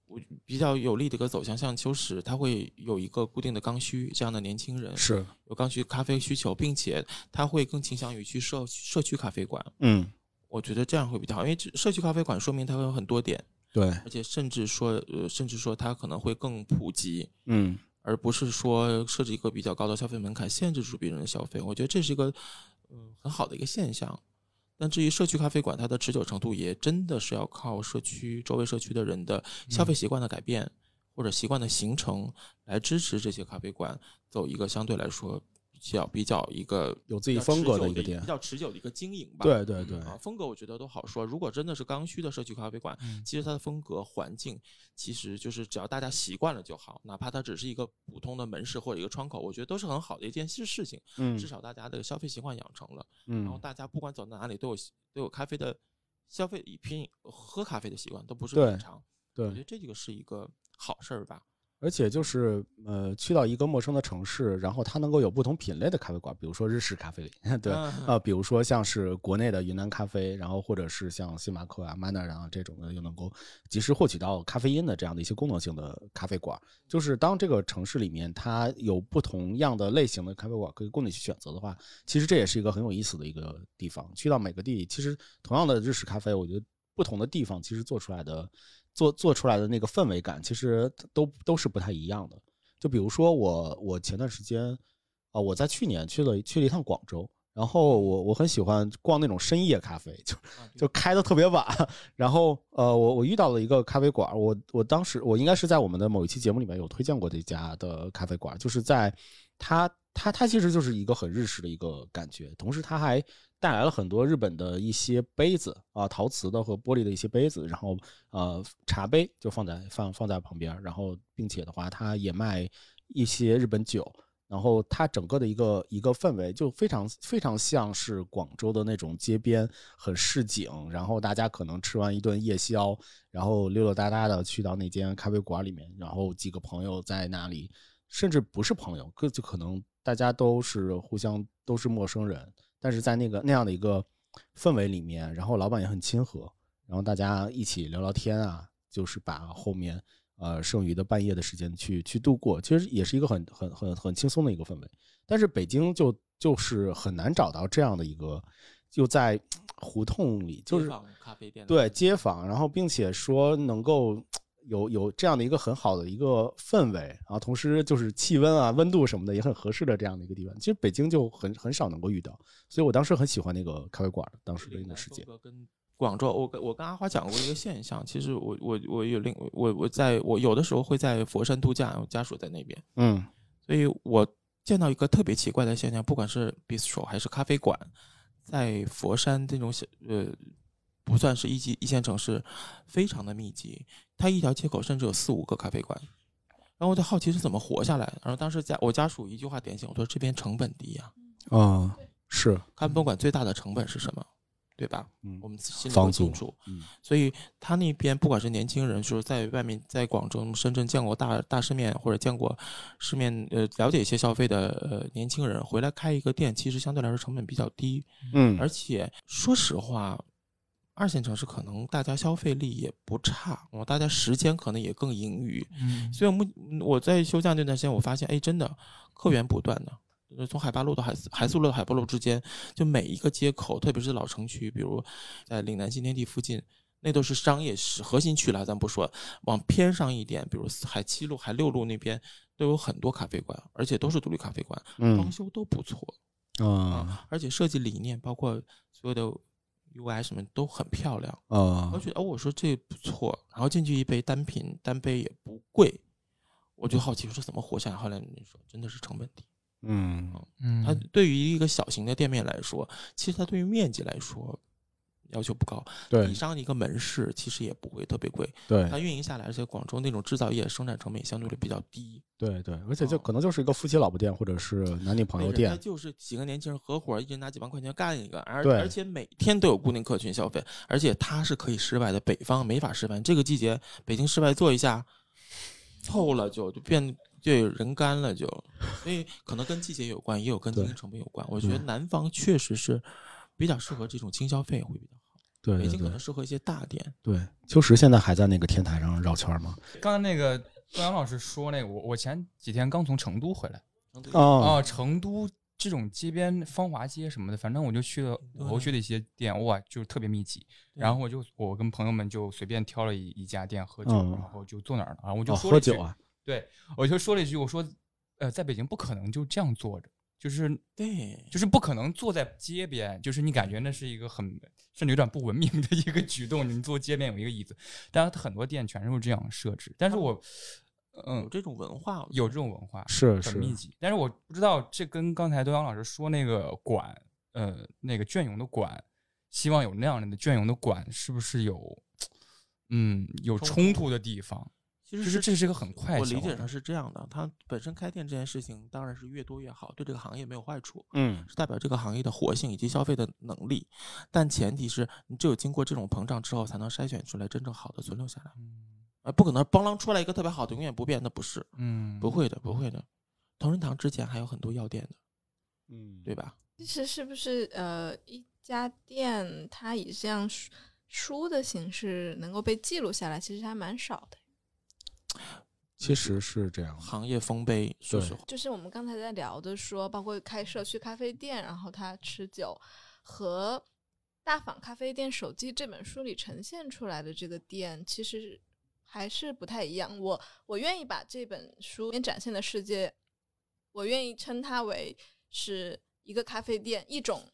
S3: 我比较有利的一个走向，像秋实，它会有一个固定的刚需，这样的年轻人
S1: 是
S3: 有刚需咖啡需求，并且他会更倾向于去社社区咖啡馆，
S1: 嗯，
S3: 我觉得这样会比较好，因为这社区咖啡馆说明它会有很多点，
S1: 对，
S3: 而且甚至说呃，甚至说它可能会更普及，
S1: 嗯
S3: 而不是说设置一个比较高的消费门槛，限制住别人的消费。我觉得这是一个嗯很好的一个现象。但至于社区咖啡馆，它的持久程度也真的是要靠社区周围社区的人的
S1: 嗯
S3: 消费习惯的改变、或者习惯的形成来支持这些咖啡馆走一个相对来说比较比较一个
S1: 有自己风格的一个
S3: 比较持久
S1: 店
S3: 比较持久的一个经营吧。
S1: 对对对
S3: 啊，风格我觉得都好说。如果真的是刚需的社区咖啡馆，
S4: 嗯
S3: 其实它的风格、环境，其实就是只要大家习惯了就好，哪怕它只是一个普通的门市或者一个窗口，我觉得都是很好的一件事事情。
S1: 嗯
S3: 至少大家的消费习惯养成了，然后
S1: 嗯，
S3: 大家不管走到哪里都有都有咖啡的消费品喝咖啡的习惯，都不是
S1: 对
S3: 品尝。我
S1: 对
S3: 觉。得这个是一个好事儿吧。
S1: 而且就是呃，去到一个陌生的城市，然后它能够有不同品类的咖啡馆，比如说日式咖啡， (laughs) 对，
S3: 嗯
S1: 呃，比如说像是国内的云南咖啡，然后或者是像星巴克啊、Manner 啊这种的，又能够及时获取到咖啡因的这样的一些功能性的咖啡馆。就是当这个城市里面它有不同样的类型的咖啡馆可以供你去选择的话，其实这也是一个很有意思的一个地方。去到每个地，其实同样的日式咖啡，我觉得不同的地方其实做出来的做做出来的那个氛围感，其实都都是不太一样的。就比如说我我前段时间啊，我在去年去了去了一趟广州，然后我我很喜欢逛那种深夜咖啡，就
S3: 啊对
S1: 就开的特别晚。然后呃，我我遇到了一个咖啡馆，我我当时我应该是在我们的某一期节目里面有推荐过这家的咖啡馆，就是在它它它其实就是一个很日式的一个感觉，同时它还带来了很多日本的一些杯子啊，陶瓷的和玻璃的一些杯子，然后呃茶杯就放在放放在旁边儿，然后并且的话，它也卖一些日本酒。然后它整个的一个一个氛围就非常非常像是广州的那种街边很市井，然后大家可能吃完一顿夜宵，然后溜溜达达的去到那间咖啡馆里面，然后几个朋友在那里，甚至不是朋友，可就可能大家都是互相都是陌生人，但是在那个那样的一个氛围里面，然后老板也很亲和，然后大家一起聊聊天啊，就是把后面呃剩余的半夜的时间去去度过，其实也是一个很很很很轻松的一个氛围。但是北京就就是很难找到这样的一个，就在胡同里，就是
S3: 街坊咖啡店的
S1: 对街坊，然后并且说能够有有这样的一个很好的一个氛围，然后同时就是气温啊、温度什么的也很合适的这样的一个地方。其实北京就很很少能够遇到，所以我当时很喜欢那个咖啡馆，当时的
S3: 岭
S1: 那个
S3: 南
S1: 事件
S3: 风。格跟广州，我跟我跟阿花讲过一个现象，其实我我我有另我我在我有的时候会在佛山度假，我家属在那边，
S1: 嗯
S3: 所以我见到一个特别奇怪的现象，不管是 bistro 还是咖啡馆，在佛山这种小呃不算是一级一线城市，非常的密集，它一条街口甚至有四五个咖啡馆。然后我就好奇是怎么活下来的。然后当时家我家属一句话点醒我说：“这边成本低呀、
S1: 啊、是
S3: 咖啡馆最大的成本是什么？对吧？
S1: 嗯
S3: 我们心里
S1: 房
S3: 都
S1: 租
S3: 清楚。
S1: 嗯
S3: 所以他那边不管是年轻人，就是在外面在广州、深圳见过大大世面，或者见过世面，呃，了解一些消费的呃年轻人，回来开一个店，其实相对来说成本比较低，
S1: 嗯
S3: 而且说实话。二线城市可能大家消费力也不差，我大家时间可能也更盈余，
S4: 嗯
S3: 所以我目我在休假那段时间，我发现，哎，真的客源不断的，呃从海八路到海海苏路到海八路之间，就每一个街口，特别是老城区，比如在岭南新天地附近，那都是商业市核心区了，咱不说，往偏上一点，比如海七路、海六路那边，都有很多咖啡馆，而且都是独立咖啡馆，装
S1: 嗯
S3: 修都不错，
S1: 啊
S3: 而且设计理念包括所有的 UI 什么都很漂亮。
S1: 啊
S3: 我觉得哦，我说这不错，然后进去一杯单品，单杯也不贵，我就好奇我说怎么活下来。后来你说真的是成本低，
S1: 嗯
S4: 嗯
S3: 它对于一个小型的店面来说，其实它对于面积来说要求不高，
S1: 对
S3: 你上一个门市其实也不会特别贵，
S1: 对
S3: 它运营下来，而且广州那种制造业生产成本也相对的比较低，
S1: 对对，而且这
S4: 啊
S3: 哦
S1: 可能就是一个夫妻老婆店或者是男女朋友
S3: 它
S1: 店，
S3: 就是几个年轻人合伙，一人拿几万块钱干一个，而
S1: 对
S3: 而且每天都有固定客群消费，而且它是可以室外的，北方没法室外，这个季节北京室外做一下，凑了就就变就有人干了就，所以可能跟季节有关，也有跟经营
S1: 对嗯
S3: 成本有关。我觉得南方确实是比较适合这种轻消费会比较好，
S1: 对
S3: 北
S1: 对
S3: 京可
S1: 对
S3: 能适合一些大店。
S1: 对。秋实现在还在那个天台上绕圈吗？
S4: 刚才那个东阳老师说那个，我我前几天刚从成都回来啊、
S1: 哦，
S4: 成都这种街边芳华街什么的，反正我就去了
S3: 对
S4: 武侯区的一些店，哇，就是特别密集。
S3: 对
S4: 然后我就我跟朋友们就随便挑了一一家店喝酒，
S1: 嗯
S4: 然后就坐那儿了。然后我就
S1: 哦，
S4: 说了
S1: 喝
S4: 一句，
S1: 酒啊，
S4: 我就说了一句，我说，呃，在北京不可能就这样坐着，就是
S3: 对，
S4: 就是不可能坐在街边，就是你感觉那是一个很甚至有点不文明的一个举动。你坐街边有一个椅子，但是它很多店全是这样设置。但是我，
S3: 有
S4: 嗯，
S3: 这种文化，
S4: 有这种文化
S1: 是
S4: 很
S1: 是，
S4: 密集，但是我不知道这跟刚才东阳老师说那个馆，呃，那个隽永的馆，希望有那样的隽永的馆，是不是有，嗯，有冲突的地方？
S3: 其实
S4: 就是这是一个很快
S3: 我
S4: 消
S3: 理解
S4: 的
S3: 上是这样的，它本身开店这件事情当然是越多越好，对这个行业没有坏处，
S1: 嗯
S3: 是代表这个行业的活性以及消费的能力。但前提是你只有经过这种膨胀之后，才能筛选出来真正好的存留下来。啊，不可能邦啷出来一个特别好的永远不变，那不是，
S4: 嗯，
S3: 不，会的，不会的。同仁堂之前还有很多药店的，
S1: 嗯，
S3: 对吧？
S2: 其实是不是呃，一家店它以这样书书的形式能够被记录下来，其实还蛮少的。
S1: 其实是这样的。
S3: 行业丰碑，说
S1: 对
S3: 实话，
S2: 就是我们刚才在聊的说，包括开社区咖啡店，然后他吃酒和《大坊咖啡店手记》这本书里呈现出来的这个店，其实还是不太一样。我我愿意把这本书里面展现的世界，我愿意称它为是一个咖啡店一种。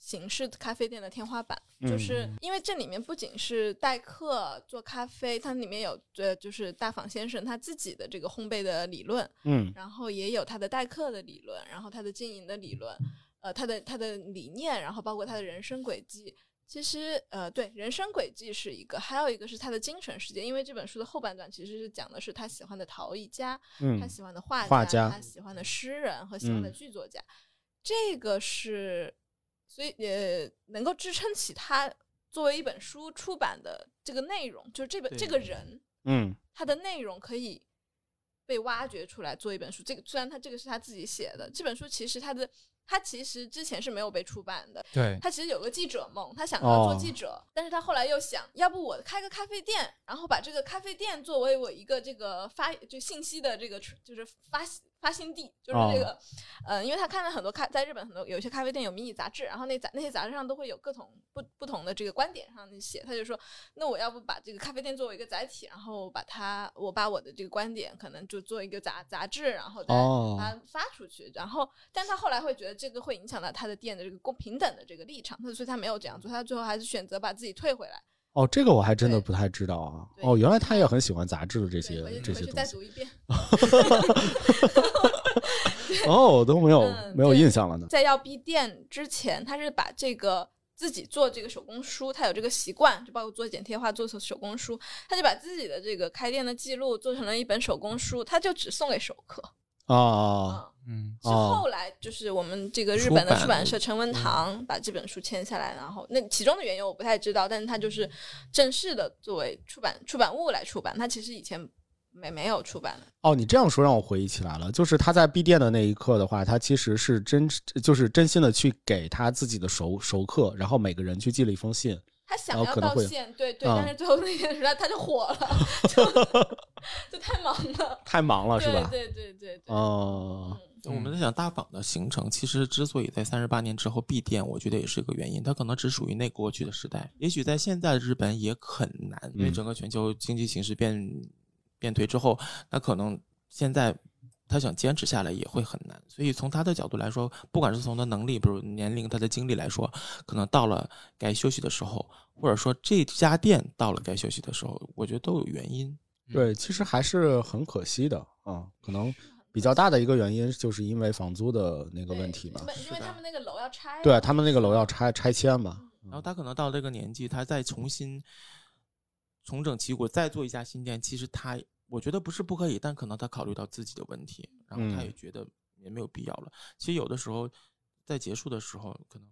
S2: 形式咖啡店的天花板，
S1: 嗯
S2: 就是因为这里面不仅是代客做咖啡，它里面有呃，就是大坊先生他自己的这个烘焙的理论，
S1: 嗯
S2: 然后也有他的代课的理论，然后他的经营的理论，呃，他的他的理念，然后包括他的人生轨迹。其实，呃，对，人生轨迹是一个，还有一个是他的精神世界，因为这本书的后半段其实是讲的是他喜欢的陶艺家，他
S1: 嗯
S2: 喜欢的画
S1: 画家
S2: 他喜欢的诗人和喜欢的
S1: 嗯
S2: 剧作家，这个是，所以呃，能够支撑起他作为一本书出版的这个内容，就是这本
S3: 对
S2: 这个人，
S1: 嗯
S2: 它的内容可以被挖掘出来做一本书。这个虽然它这个是他自己写的，这本书其实它的它其实之前是没有被出版的。
S4: 对，
S2: 他其实有个记者梦，他想要做
S1: 哦
S2: 记者，但是他后来又想，要不我开个咖啡店，然后把这个咖啡店作为我一个这个发就信息的这个就是发发信地，就是
S1: 哦
S2: 这个，呃，因为他看了很多咖，在日本很多有一些咖啡店有迷你杂志，然后那杂那些杂志上都会有各种不不同的这个观点上去写，他就说，那我要不把这个咖啡店作为一个载体，然后把它我把我的这个观点可能就做一个杂杂志，然后再
S1: 哦
S2: 把它发出去，然后，但他后来会觉得这个会影响到他的店的这个公平等的这个立场，所以他没有这样做，他最后还是选择把自己退回来。
S1: 哦，这个我还真的
S2: 对
S1: 不太知道啊。
S2: 对
S1: 哦，原来他也很喜欢杂志的这
S2: 对
S1: 些
S2: 回去
S1: 这
S2: 回
S1: 些
S2: 去再
S1: 东西。
S2: 读一遍，
S1: 哦，我都没有
S2: 嗯
S1: 没有
S2: 对
S1: 印象了呢。
S2: 在要闭店之前，他是把这个自己做这个手工书，他有这个习惯，就包括做剪贴画、做手手工书，他就把自己的这个开店的记录做成了一本手工书，他就只送给熟客。
S1: 哦，
S2: 嗯
S4: 嗯，
S2: 是
S1: 哦
S2: 后来就是我们这个日
S3: 出
S2: 本的
S3: 版
S2: 出版社陈文堂把这本书签下来，然后那其中的缘由我不太知道，但是它就是正式的作为出版出版物来出版，它其实以前没没有出版的。
S1: 哦，你这样说让我回忆起来了，就是他在闭店的那一刻的话，他其实是真，就是真心的去给他自己的熟熟客，然后每个人去寄了一封信。
S2: 他想
S1: 哦
S2: 要
S1: 可能
S2: 道
S1: 会
S2: 歉，对对，
S1: 嗯
S2: 但是最后那天时候他就火了，
S1: (laughs)
S2: 就就太忙了，
S1: 啊太忙了，是吧？
S2: 对对对对对，
S1: 哦
S2: 嗯，
S3: 对我们在想大坊的形成，其实之所以在三十八年之后闭店，我觉得也是一个原因。它可能只属于那过去的时代，也许在现在的日本也很难，因为
S1: 嗯
S3: 整个全球经济形势变变退之后，那可能现在他想坚持下来也会很难。所以从他的角度来说，不管是从他能力，比如年龄、他的经历来说，可能到了该休息的时候，或者说这家店到了该休息的时候，我觉得都有原因。
S1: 对，其实还是很可惜的啊，可能比较大的一个原因就是因为房租的那个问题吧
S2: 因。为因为
S3: 是的
S2: 他们那个楼要拆了，
S1: 对啊他们那个楼要拆拆迁
S2: 嗯
S1: 嘛，
S3: 然后他可能到这个年纪，他再重新重整旗鼓，再做一家新店，其实他我觉得不是不可以，但可能他考虑到自己的问题，然后他
S1: 嗯
S3: 也觉得也没有必要了。其实有的时候在结束的时候，可能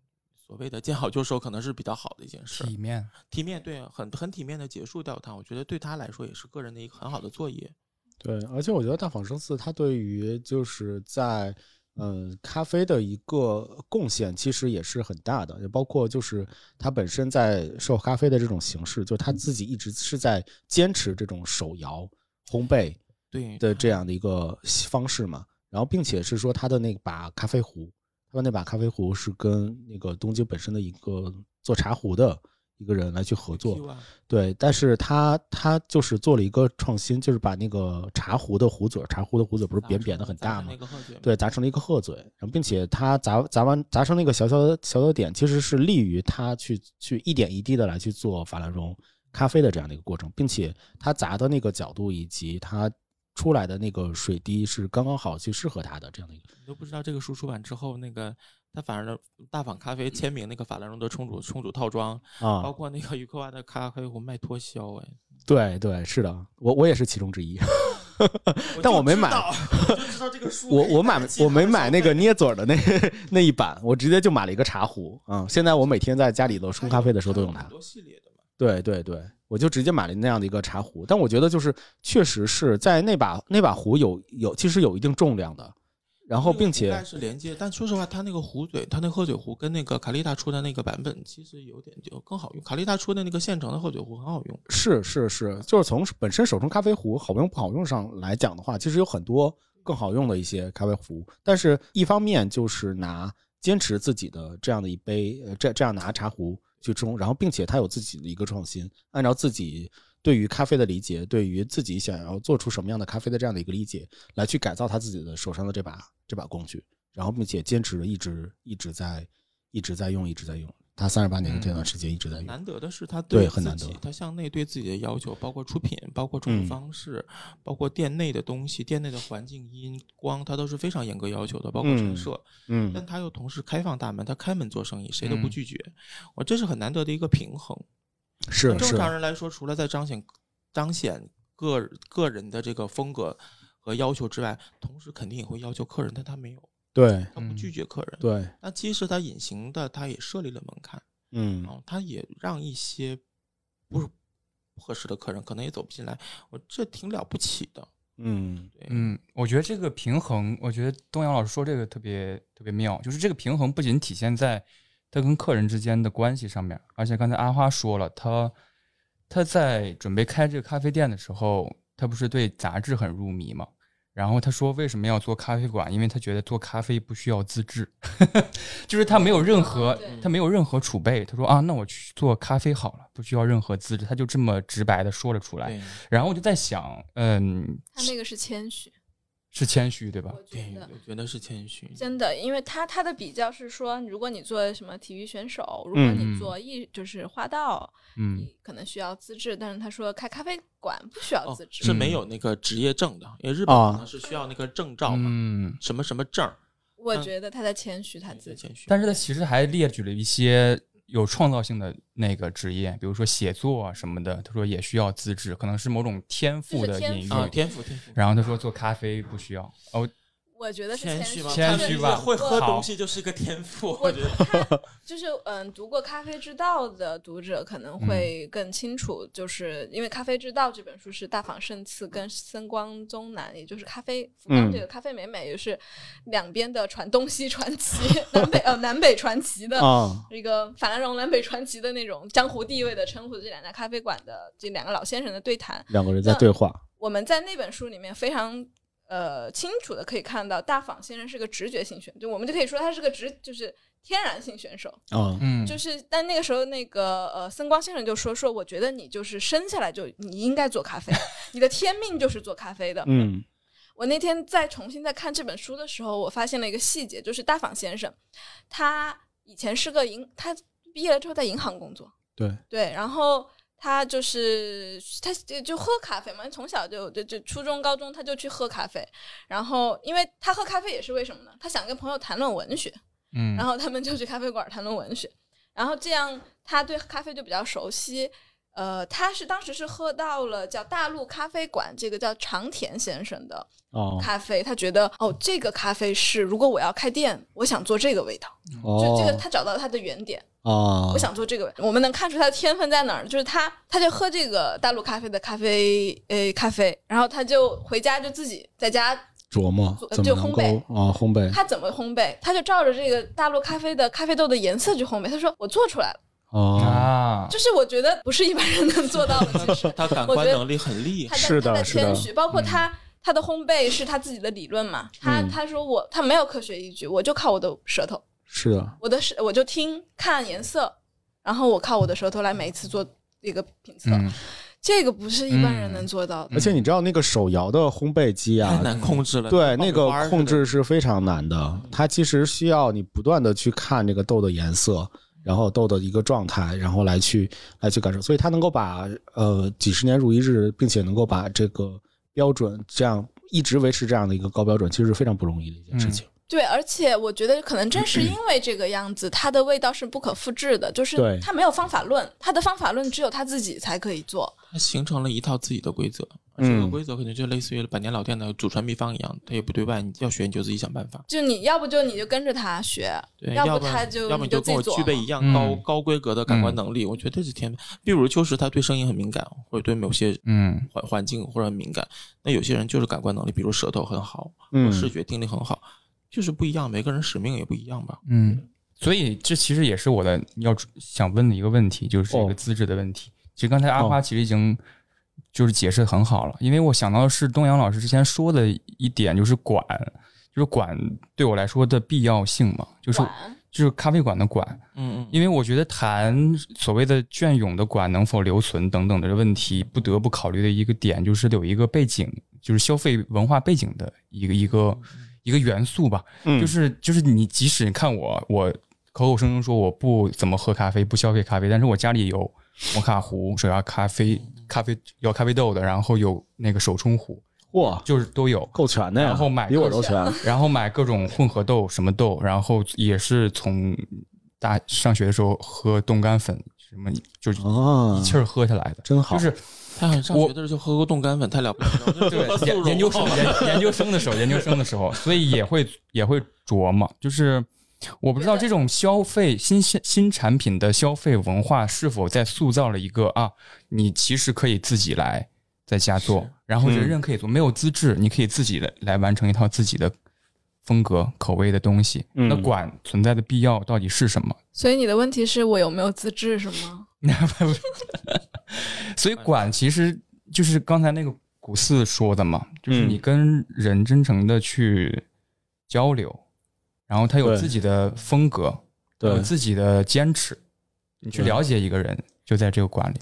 S3: 所谓的见好就收，可能是比较好的一件事，
S4: 体面，
S3: 体面对，啊很很体面的结束掉它，我觉得对他来说也是个人的一个很好的作业。
S1: 对，而且我觉得大仿生寺它对于就是在嗯咖啡的一个贡献其实也是很大的，也包括就是它本身在售咖啡的这种形式，就它自己一直是在坚持这种手摇烘焙
S3: 对
S1: 的这样的一个方式嘛。然后，并且是说它的那把咖啡壶，他们那把咖啡壶是跟那个东京本身的一个做茶壶的一个人来去合作，
S3: Q 啊
S1: 对，但是他他就是做了一个创新，就是把那个茶壶的壶嘴儿，茶壶的壶啊嘴儿不是扁扁的很
S3: 砸
S1: 大
S3: 成
S1: 吗
S3: 那？个贺岁
S1: 对，砸成了一个鹤嘴，然后并且他砸砸完砸成那个小小的小小的点，其实是利于他去去一点一滴的来去做法兰绒咖啡的这样的一个过程，并且他砸的那个角度以及他出来的那个水滴是刚刚好去适合他的这样的一个。
S3: 你都不知道这个书出版之后，那个他反而大坊咖啡签名那个法兰绒的冲煮冲煮套装，
S1: 啊、
S3: 包括那个鱼克瓦的咖啡壶卖脱销哎，
S1: 对对，是的，我我也是其中之一。 (laughs) 但我没买，
S3: 我就知道这 (laughs) 个书
S1: 我我买我没买那个捏嘴儿的那 (laughs) 那一版，我直接就买了一个茶壶啊、嗯现在我每天在家里头冲咖啡的时候都用它
S3: 很。多系列的嘛，
S1: 对对对，我就直接买了那样的一个茶壶。但我觉得就是确实是在那把那把壶有有其实有一定重量的，然后并且
S3: 但是连接，但说实话，它那个壶嘴，它那鹤嘴壶跟那个卡丽达出的那个版本其实有点就更好用，卡丽达出的那个现成的鹤嘴壶很好用，
S1: 是是是，就是从本身手冲咖啡壶好用不好用上来讲的话，其实有很多更好用的一些咖啡壶。但是一方面就是拿坚持自己的这样的一杯，呃，这这样拿茶壶去冲，然后并且他有自己的一个创新，按照自己对于咖啡的理解，对于自己想要做出什么样的咖啡的这样的一个理解，来去改造他自己的手上的这把这把工具，然后并且坚持一直一直在一直在用，一直在用。他三十八年的这段时间一直在用。
S3: 嗯难得的是他
S1: 对很
S3: 自
S1: 难得
S3: 己，他向内对自己的要求，包括出品，包括冲
S1: 嗯
S3: 煮方式，包括店内的东西、店内的环境、音光，他都是非常严格要求的，包括
S1: 嗯
S3: 陈设。
S1: 嗯，
S3: 但他又同时开放大门，他开门做生意，谁都不
S4: 嗯
S3: 拒绝。我这是很难得的一个平衡。
S1: 是
S3: 那
S1: 是
S3: 正。常人来说，除了在彰显彰显个个人的这个风格和要求之外，同时肯定也会要求客人，但他没有，
S1: 对
S2: 嗯
S3: 他不拒绝客人。
S1: 嗯对，
S3: 那其实他隐形的，他也设立了门槛，
S1: 嗯
S3: 然后他哦也让一些不是不合适的客人可能也走不进来。我这挺了不起的，
S1: 嗯
S3: 对，
S4: 嗯，我觉得这个平衡，我觉得东阳老师说这个特别特别妙，就是这个平衡不仅体现在他跟客人之间的关系上面，而且刚才阿花说了，他他在准备开这个咖啡店的时候，他不是对杂志很入迷嘛？然后他说为什么要做咖啡馆？因为他觉得做咖啡不需要资质， (laughs) 就是他没有任何
S2: 对
S4: 他没有任何储备。他说啊，那我去做咖啡好了，不需要任何资质，他就这么直白的说了出来。
S3: 对，
S4: 然后我就在想，嗯，
S2: 他那个是谦虚，
S4: 是谦虚对吧？
S2: 我觉
S3: 对
S2: 得，
S3: 我觉得是谦虚。
S2: 真的，因为他他的比较是说，如果你做什么体育选手，如果
S4: 嗯
S2: 你做艺就是花道，
S4: 嗯
S2: 你可能需要资质，但是他说开咖啡馆不需要
S3: 哦
S2: 资，质，
S3: 是没有那个职业证的，因为日本
S1: 啊
S3: 可能是需要那个证照嘛，
S4: 嗯，
S3: 什么什么证儿，
S1: 嗯
S2: 我觉得他在谦虚他自
S3: 对
S2: 己。
S3: 谦虚。
S4: 但是他其实还列举了一些有创造性的那个职业，比如说写作啊什么的。他说也需要资质，可能是某种天赋的隐
S2: 就是天
S4: 喻。
S2: 赋
S3: 啊，天赋天赋。
S4: 然后他说做咖啡不需要哦，
S2: 我觉得是
S3: 谦
S2: 虚
S3: 吧，
S4: 谦虚吧
S3: 会喝
S4: 好
S3: 东西就是个天赋，
S2: 我
S3: 觉得。
S2: 他就是嗯，读过《咖啡之道》的读者可能会更清楚，就是因为《咖啡之道》这本书是大访胜次跟森光宗南，也就是咖啡福冈这个咖啡美美，也是两边的传东西传奇、南北呃南北传奇的
S1: 啊，
S2: 一个法兰绒南北传奇的那种江湖地位的称呼，这两家咖啡馆的这两个老先生的对谈。
S1: 两个人在对话，
S2: 我们在那本书里面非常呃清楚的可以看到，大访先生是个直觉型选手，就我们就可以说他是个直就是呃天然性选手。
S1: 嗯
S4: 嗯，
S2: 就是，但那个时候，那个呃，森光先生就说说，我觉得你就是生下来就你应该做咖啡，你的天命就是做咖啡的。
S1: 嗯
S2: 我那天再重新在看这本书的时候，我发现了一个细节，就是大访先生，他以前是个银，他毕业了之后在银行工作，
S1: 对
S2: 对，然后他就是他就就喝咖啡嘛，从小就就就初中、高中他就去喝咖啡，然后因为他喝咖啡也是为什么呢？他想跟朋友谈论文学，
S4: 嗯，
S2: 然后他们就去咖啡馆谈论文学，然后这样他对咖啡就比较熟悉。呃，他是当时是喝到了叫大陆咖啡馆这个叫长田先生的
S1: 哦
S2: 咖啡，他觉得哦，这个咖啡是如果我要开店，我想做这个味道，就这个
S1: 哦
S2: 他找到他的原点，
S1: 哦，
S2: 我想做这个味道。我们能看出他的天分在哪儿，就是他他就喝这个大陆咖啡的咖啡呃咖啡，然后他就回家就自己在家
S1: 琢磨
S2: 做
S1: 怎么
S2: 就
S1: 能
S2: 烘
S1: 够
S2: 焙
S1: 啊烘焙
S2: 他怎么烘焙，他就照着这个大陆咖啡的咖啡豆的颜色去烘焙。他说我做出来了，
S1: 哦，
S4: 啊，
S2: 就是我觉得不是一般人能做到的。
S1: (laughs)
S2: 其实
S3: 他感
S2: 我
S3: 官
S2: 觉得
S3: 能力很厉
S2: 他
S3: 害。
S2: 在
S1: 是的
S2: 他在
S1: 是的
S2: 谦虚，包括他、他的烘焙是他自己的理论嘛。他、
S1: 嗯
S2: 他说我他没有科学依据，我就靠我的舌头，
S1: 是啊的，
S2: 我的舌我就听看颜色，然后我靠我的舌头来每一次做一个评测，
S4: 嗯，
S2: 这个不是一般人
S1: 嗯
S2: 能做到的。
S1: 而且你知道那个手摇的烘焙机
S2: 嗯
S3: 太
S1: 啊，
S3: 难控制了，
S1: 对，
S3: 跟爆
S1: 那
S3: 米花
S1: 个
S3: 似
S1: 控
S3: 的
S1: 制是非常难的，它其实需要你不断的去看这个豆的颜色，然后豆的一个状态，然后来去来去感受，所以它能够把呃几十年如一日，并且能够把这个标准这样一直维持这样的一个高标准，其实是非常不容易的一件事情。
S2: 对，而且我觉得可能正是
S1: 嗯
S2: 因为这个样子，它的味道是不可复制的，就是
S1: 对
S2: 它没有方法论，它的方法论只有他自己才可以做。
S3: 它形成了一套自己的规则。
S1: 嗯
S3: 这个规则可能就类似于百年老店的祖传秘方一样，它也不对外，你要学你就自己想办法。
S2: 就你要不就你就跟着他学，
S3: 对，
S2: 要不
S3: 要不然
S2: 他就
S3: 要不
S2: 你
S3: 你
S2: 就
S3: 跟我
S2: 自己做
S3: 具备一样
S4: 嗯
S3: 高、高规格的感官能力，我觉得这是天分。比如秋实，他对声音很敏感，或者对某些
S4: 嗯
S3: 环环境或者很敏感。那有些人就是感官能力，比如舌头很好，
S1: 嗯
S3: 或视觉听力很好，就是不一样。每个人使命也不一样吧。
S4: 嗯，所以这其实也是我的要想问的一个问题，就是一
S1: 哦
S4: 个资质的问题。其实刚才阿
S1: 哦
S4: 花其实已经就是解释得很好了，因为我想到的是东阳老师之前说的一点，就是管，就是管对我来说的必要性嘛，就是
S2: 管
S4: 就是咖啡馆的馆，
S3: 嗯嗯，
S4: 因为我觉得谈所谓的隽永的馆能否留存等等的问题，不得不考虑的一个点就是有一个背景，就是消费文化背景的一个一个一个元素吧。
S1: 嗯
S4: 就是就是你即使看我，我口口声声说我不怎么喝咖啡，不消费咖啡，但是我家里有摩卡壶、手摇咖啡、咖啡摇咖啡豆的，然后有那个手冲壶，
S1: 哇，
S4: 就是都有。
S1: 够全的呀，
S4: 然后买
S1: 比我都
S4: 各
S1: 全。
S4: 然后买各种混合豆、什么豆，然后也是从大上学的时候喝冻干粉，什么就是
S1: 哦
S4: 一气儿喝下来的，
S1: 真好
S4: 就是
S3: 他好像上
S4: 我
S3: 学的时候就喝过冻干粉，太了不起了。我就
S4: (laughs)
S3: 觉得
S4: 对研研究生研 (laughs) 研究生的时候，研究生的时候，所以也会也会琢磨，就是我不知道这种消费新新新产品的消费文化是否在塑造了一个啊，你其实可以自己来在家做
S3: 是，
S4: 然后人人可以做，没有资质，你可以自己来来完成一套自己的。风格、口味的东西，
S1: 嗯
S4: 那管存在的必要到底是什么？
S2: 所以你的问题是我有没有资质是吗？
S4: 所以
S1: 嗯
S4: 管其实就是刚才那个古四说的嘛，就是
S1: 嗯
S4: 你跟人真诚的去交流，然后他有
S1: 对
S4: 自己的风格，有
S1: 对，
S4: 自己的坚持，你去
S1: 对
S4: 了解一个人，就在这个馆里。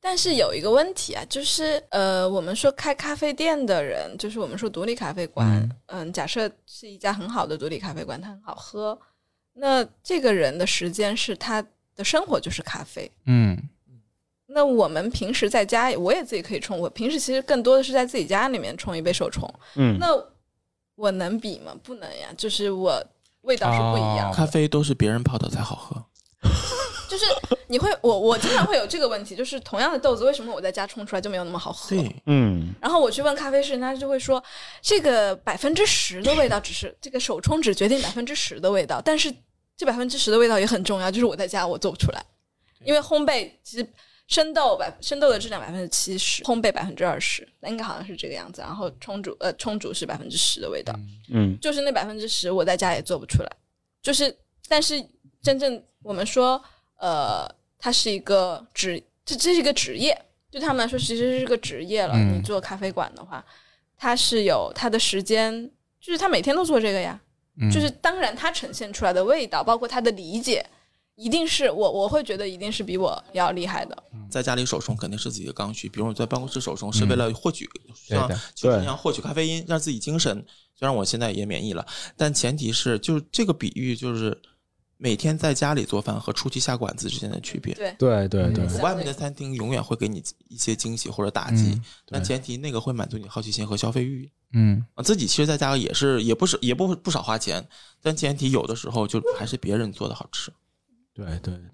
S2: 但是有一个问题啊，就是呃，我们说开咖啡店的人，就是我们说独立咖啡馆，嗯假设是一家很好的独立咖啡馆，它很好喝，那这个人的时间是他的生活就是咖啡，
S4: 嗯
S2: 那我们平时在家，我也自己可以冲。我平时其实更多的是在自己家里面冲一杯手冲。
S1: 嗯，
S2: 那我能比吗？不能呀，就是我味道是不一样。
S4: 哦
S3: 咖啡都是别人泡的才好喝。
S2: 就是你会，我我经常会有这个问题，就是同样的豆子，为什么我在家冲出来就没有那么好喝？
S3: 对，
S1: 嗯
S2: 然后我去问咖啡师，他就会说，这个百分之十的味道只是这个手冲只决定百分之十的味道，但是这百分之十的味道也很重要，就是我在家我做不出来，因为烘焙其实生豆百生豆的质量百分之七十，烘焙百分之二十，应该好像是这个样子。然后冲煮呃冲煮是百分之十的味道，
S1: 嗯
S2: 就是那百分之十我在家也做不出来，就是但是真正我们说呃，它是一个职，这这是一个职业，对他们来说其实是个职业了。
S4: 嗯
S2: 你做咖啡馆的话，他是有他的时间，就是他每天都做这个呀。
S4: 嗯
S2: 就是当然他呈现出来的味道，包括他的理解，一定是我我会觉得一定是比我要厉害的。
S3: 在家里手冲肯定是自己的刚需，比如我在办公室手冲
S1: 嗯
S3: 是为了获取，
S4: 对
S3: 像
S4: 的
S3: 酒精一样获取咖啡因，让自己精神。虽然我现在也免疫了，但前提是就是这个比喻就是每天在家里做饭和出去下馆子之间的区别。
S2: 对，
S1: 对对
S4: 嗯
S1: 对，
S2: 对
S3: 外面的餐厅永远会给你一些惊喜或者打击，
S4: 嗯
S3: 但前提那个会满足你好奇心和消费欲。
S4: 嗯
S3: 啊，自己其实在家也是也不是也不不少花钱，但前提有的时候就还是别人做的好吃。
S1: 对哎对对，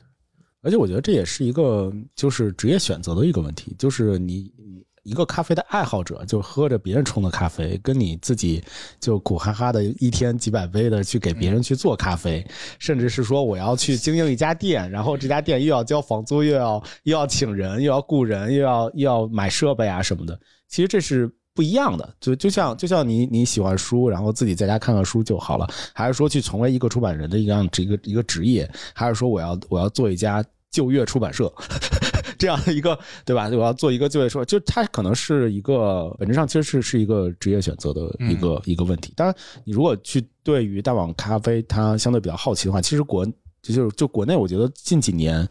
S1: 而且我觉得这也是一个就是职业选择的一个问题，就是你你一个咖啡的爱好者，就喝着别人冲的咖啡，跟你自己就苦哈哈的一天几百杯的去给别人去做咖啡，甚至是说我要去经营一家店，然后这家店又要交房租，又要又要请人，又要雇人，又要又要买设备啊什么的，其实这是。不一样的，就就像就像你你喜欢书，然后自己在家看看书就好了，还是说去成为一个出版人的一样一个一个职业，还是说我要我要做一家旧月出版社 (laughs) 这样的一个对吧？我要做一个旧月出版，就它可能是一个本质上其实是是一个职业选择的一个、一个问题。当然，你如果去对于大碗咖啡它相对比较好奇的话，其实国就就是就国内，我觉得近几年。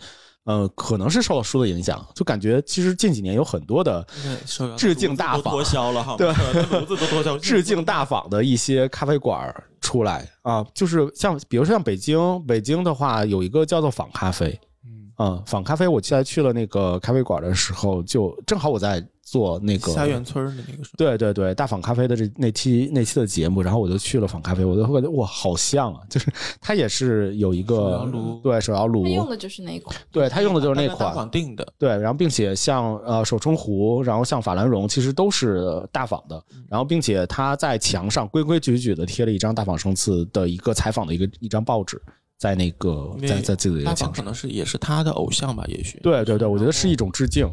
S1: 呃，可能是受到书的影响，就感觉其实近几年有很多的
S3: 对
S1: 致敬大法
S3: 脱销了哈，
S1: 对
S3: (laughs) 炉子都脱销。
S1: 致敬大坊的一些咖啡馆儿出来啊，就是像比如说像北京，北京的话有一个叫做坊咖啡，
S4: 嗯
S1: 嗯，坊咖啡，我记得去了那个咖啡馆的时候，就正好我在做那个
S3: 下院村儿的那个是
S1: 对对对，大坊咖啡的这那期那期的节目，然后我就去了坊咖啡，我就会感觉哇，好像啊，就是它也是有一
S3: 手摇
S1: 个
S3: 炉
S1: 对手摇炉
S2: 他，用的就是那一款。
S1: 对它用的就是那
S3: 大
S1: 款，
S3: 款定的，
S1: 对，然后并且像呃手冲壶，然后像法兰绒，其实都是大坊的。
S3: 嗯
S1: 然后并且它在墙上规规矩矩的贴了一张大坊生次的一个采访的一个一张报纸，在那个
S3: 因为
S1: 在在自己的一
S3: 大
S1: 个
S3: 方
S1: 墙
S3: 可
S1: 上。
S3: 能是也是他的偶像吧，也许。
S1: 对对对，我觉得是一种致敬。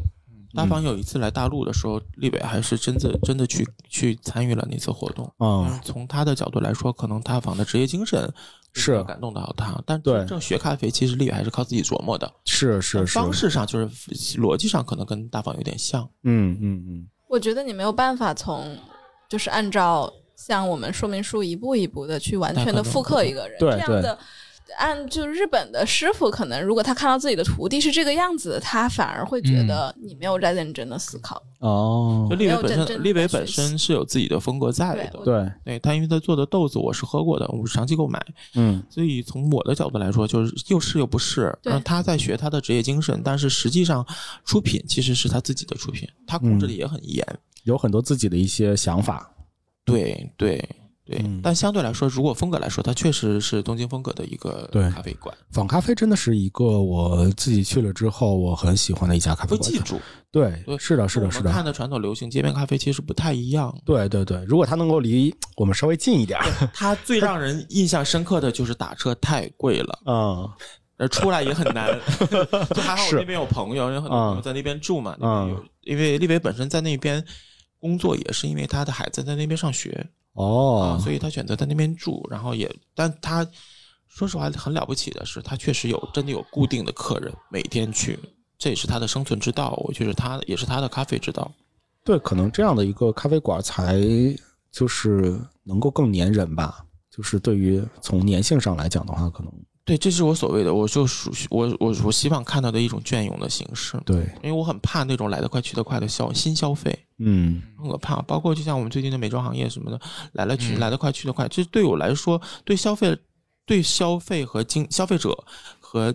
S3: 大
S1: 嗯
S3: 方有一次来大陆的时候，立伟还是真的真的去去参与了那次活动。
S1: 嗯
S3: 嗯，从他的角度来说，可能大坊的职业精神
S1: 是
S3: 感动到他，但
S1: 对
S3: 真正学咖啡，其实立伟还是靠自己琢磨的。
S1: 是是是，
S3: 方式上就是逻辑上可能跟大坊有点像。
S1: 嗯嗯嗯，
S2: 我觉得你没有办法从，就是按照像我们说明书一步一步的去完全的复刻一个人
S1: 对
S2: 这样的。按就日本的师傅，可能如果他看到自己的徒弟是这个样子的，他反而会觉得你没有在认真的思考。
S1: 哦
S3: 就，立
S2: 没
S3: 伟
S2: 有
S3: 本
S2: 真正
S3: 身，
S2: 地
S3: 立伟
S2: 在学
S3: 本
S2: 习
S3: 身是有自己的风格在
S2: 对
S3: 的
S2: 我。
S1: 对，
S3: 对他，因为他做的豆子我是喝过的，我是长期购买，
S1: 嗯
S3: 所以从我的角度来说，就是又是又不是。
S2: 对
S3: 然后他在学他的职业精神，但是实际上出品其实是他自己的出品，他控制
S1: 嗯
S3: 的也很严。
S1: 有很多自己的一些想法。
S3: 对对对、
S1: 嗯
S3: 但相对来说，如果风格来说，它确实是东京风格的一个
S1: 对
S3: 咖啡馆，
S1: 坊咖啡真的是一个我自己去了之后我很喜欢的一家咖啡
S3: 会
S1: 馆
S3: 记。住。
S1: 对
S3: 对，
S1: 是的，是的，是
S3: 我们
S1: 的。
S3: 看的传统流行街边咖啡其实不太一
S1: (laughs)
S3: 样。
S1: 对对对，如果它能够离我们稍微近一点儿，
S3: 它最让人印象深刻的就是打车太贵了。
S1: 嗯，
S3: 呃，出来也很
S1: (laughs)
S3: 难。就还好我
S1: 是嗯
S3: 那边有朋友，有很多朋友在那边住嘛。那边有，因为立伟本身在那边工作，也是因为他的孩子在那边上学啊，
S1: 哦，
S3: 所以他选择在那边住。然后也，但他说实话很了不起的是，他确实有真的有固定的客人，每天去，这也是他的生存之道。我觉得他也是他的咖啡之道。
S1: 对，可能这样的一个咖啡馆才就是能够更粘人吧。就是对于从粘性上来讲的话，可能
S3: 对，这是我所谓的，我就属我我我希望看到的一种隽永的形式，
S1: 对，
S3: 因为我很怕那种来得快去得快的消新消费。
S1: 嗯，
S3: 很可怕。包括就像我们最近的美妆行业什么的，来了去、
S4: 嗯
S3: 来得快去得快，这对我来说，对消费、对消费和经消费者和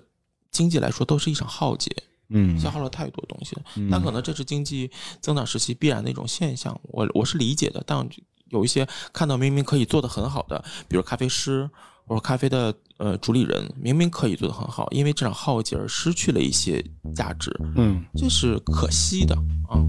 S3: 经济来说，都是一场浩劫，
S1: 嗯，
S3: 消耗了太多东西了。
S1: 嗯
S3: 但可能这是经济增长时期必然的一种现象，我我是理解的。但有一些看到明明可以做得很好的，比如咖啡师或者咖啡的呃主理人，明明可以做得很好，因为这场浩劫而失去了一些价值，
S1: 嗯，
S3: 这是可惜的啊。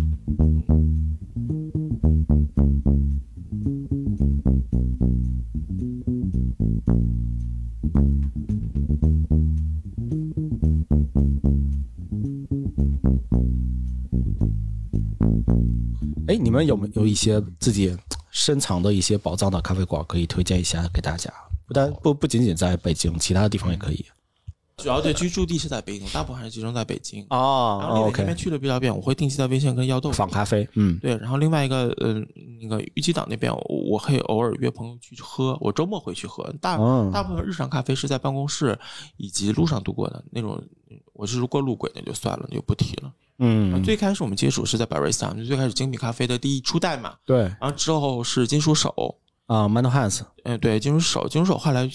S1: 哎，你们有没有一些自己深藏的一些宝藏的哦咖啡馆可以推荐一下给大家？不但不不仅仅在北京，其他地方也可以。
S3: 主要对居住地是在北京，大部分还是集中在北京。然后
S1: 哦
S3: 离北那
S1: ，OK，
S3: 边去的比较远，我会定期在微信跟药豆
S1: 仿咖啡，嗯，
S3: 对，然后另外一个，呃，那个玉鸡岛那边，我我会偶尔约朋友去喝，我周末会去喝。大、
S1: 哦
S3: 大部分日常咖啡是在办公室以及路上度过的那种。我是如果路轨那就算了，那就不提了。
S1: 嗯，
S3: 啊最开始我们接触是在 Barista，就最开始精品咖啡的第一初代嘛，
S1: 对
S3: 然后之后是金属手。
S1: 啊，Mano Hans，
S3: 嗯，对，金属手，金属手后来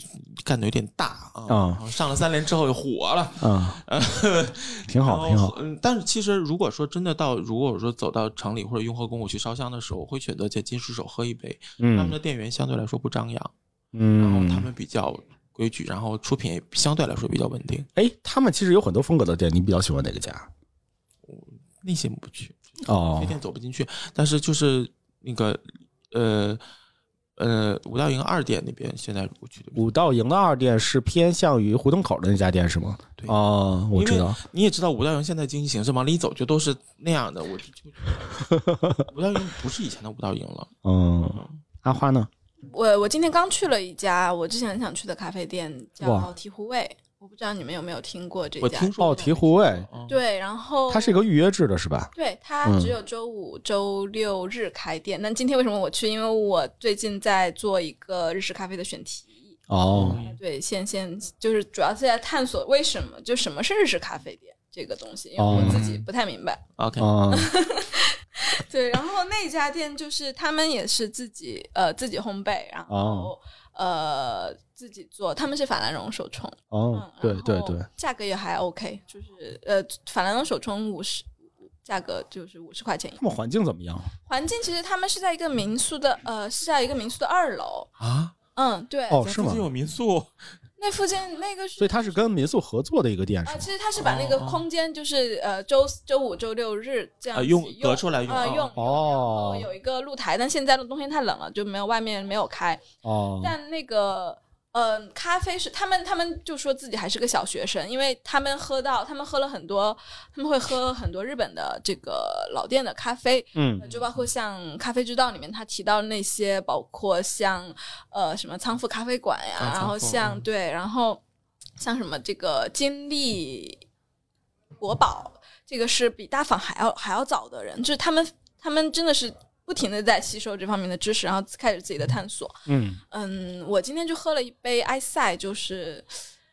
S3: 干的有点大啊，
S1: 嗯
S3: 然后上了三联之后就火了，
S1: 嗯， (laughs) 挺好的，挺
S3: 然后
S1: 好的，
S3: 嗯，但是其实如果说真的到，如果说走到城里或者雍和宫，我去烧香的时候，我会选择在金属手喝一杯。他们
S1: 嗯
S3: 的店员相对来说不张扬，然后他
S1: 嗯，
S3: 们比较规矩，然后出品也相对来说比较稳定。
S1: 哎，他们其实有很多风格的店，你比较喜欢哪个家？
S3: 那些不去，那
S1: 哦，
S3: 店走不进去。但是就是那个呃呃五道营二店那边，现在我去的。
S1: 五道营的二店是偏向于胡同口的那家店是吗？
S3: 对
S1: 哦，我知道，
S3: 你也知道，五道营现在经济形势往里走就都是那样的。我就
S1: (laughs)
S3: 五道营不是以前的五道营了。
S1: 嗯，阿花呢？
S2: 我我今天刚去了一家我之前很想去的咖啡店，
S1: 哇
S2: 叫醍醐味，我不知道你们有没有听过这
S3: 我
S2: 家。
S3: 听说
S1: 哦，
S3: 过
S1: 醍醐味，
S3: 嗯
S2: 对，然后
S1: 它是一个预约制的，是吧？
S2: 对，它只有周五、周六日开店。那今天为什么我去？因为我最近在做一个日式咖啡的选题。
S1: 哦，
S2: 对，现现就是主要是在探索为什么就什么是日式咖啡店这个东西，因为我自
S1: 哦
S2: 己不太明白。
S3: OK，
S1: 嗯，
S2: (laughs) 对，然后那家店就是他们也是自己呃自己烘焙，然
S1: 哦
S2: 后、呃自己做，他们是法兰绒手冲，
S1: 哦
S2: 嗯，，
S1: 对
S2: 然
S1: 对
S2: 后
S1: 对，
S2: 价格也还 OK，就是呃法兰绒手冲五十，价格就是五十块钱一
S1: 他们环境怎么样？
S2: 环境其实他们是在一个民宿的，呃，是在一个民宿的二楼。
S3: 啊，
S2: 嗯，对，
S1: 哦，
S3: 咱
S1: 是
S3: 附
S1: 吗
S3: 近？有民宿，
S2: 那附近那个
S1: 所
S2: 是
S1: 以它是跟民宿合作的一个店，
S2: 啊、
S1: 是吗？
S2: 其实他是把那个空间就是、呃周周五周六日这样
S3: 哦啊
S2: 子
S3: 用
S2: 用
S3: 得出来用
S2: 啊、
S3: 哦
S2: 用
S1: 哦
S2: 然后有一个露台，但现在冬天太冷了，就没有外面没有开。
S3: 嗯
S1: 哦，
S2: 但那个嗯、呃咖啡是他们他们就说自己还是个小学生，因为他们喝到他们喝了很多，他们会喝很多日本的这个老店的咖啡，
S1: 嗯
S2: 呃，就包括像《咖啡之道》里面他提到那些，包括像呃什么仓富咖啡馆呀，
S3: 啊
S2: 然后
S3: 仓富
S2: 像
S3: 嗯
S2: 对，然后像什么这个金利国宝，这个是比大坊还要还要早的人，就是他们他们真的是不停的在吸收这方面的知识，然后开始自己的探索。
S1: 嗯，
S2: 嗯，我今天就喝了一杯埃塞，就是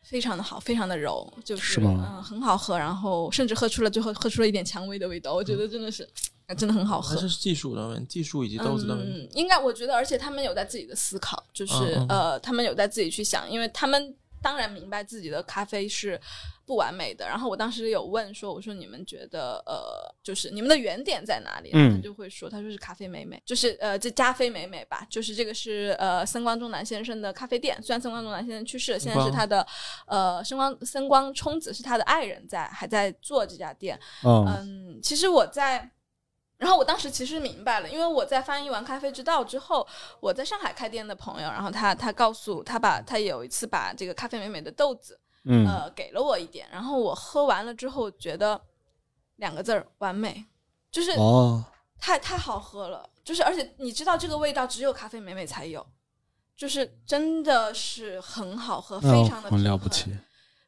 S2: 非常的好，非常的柔，就是
S1: 是吗
S2: 嗯很好喝，然后甚至喝出了最后喝出了一点蔷薇的味道，我觉得真的是、啊真的很好喝
S3: 还。是技术的问技术以及豆子的问题。
S2: 嗯，应该我觉得，而且他们有在自己的思考，就是、
S3: 嗯嗯
S2: 呃，他们有在自己去想，因为他们当然明白自己的咖啡是不完美的。然后我当时有问说，我说你们觉得呃，就是你们的原点在哪里？
S1: 嗯
S2: 他就会说，他说是咖啡美美，就是呃，这加菲美美吧，就是这个是呃森光中南先生的咖啡店。虽然森光中南先生去世了，现在是
S3: 光
S2: 他的呃森光森光冲子是他的爱人在还在做这家店。
S1: 哦，
S2: 嗯，其实我在，然后我当时其实明白了，因为我在翻译完《咖啡之道》之后，我在上海开店的朋友，然后他他告诉他把他有一次把这个咖啡美美的豆子，
S1: 嗯，
S2: 呃，给了我一点，然后我喝完了之后觉得两个字儿完美，就是
S1: 哦，
S2: 太太好喝了，就是而且你知道这个味道只有咖啡美美才有，就是真的是很好喝，非常的
S1: 哦很嗯了不起。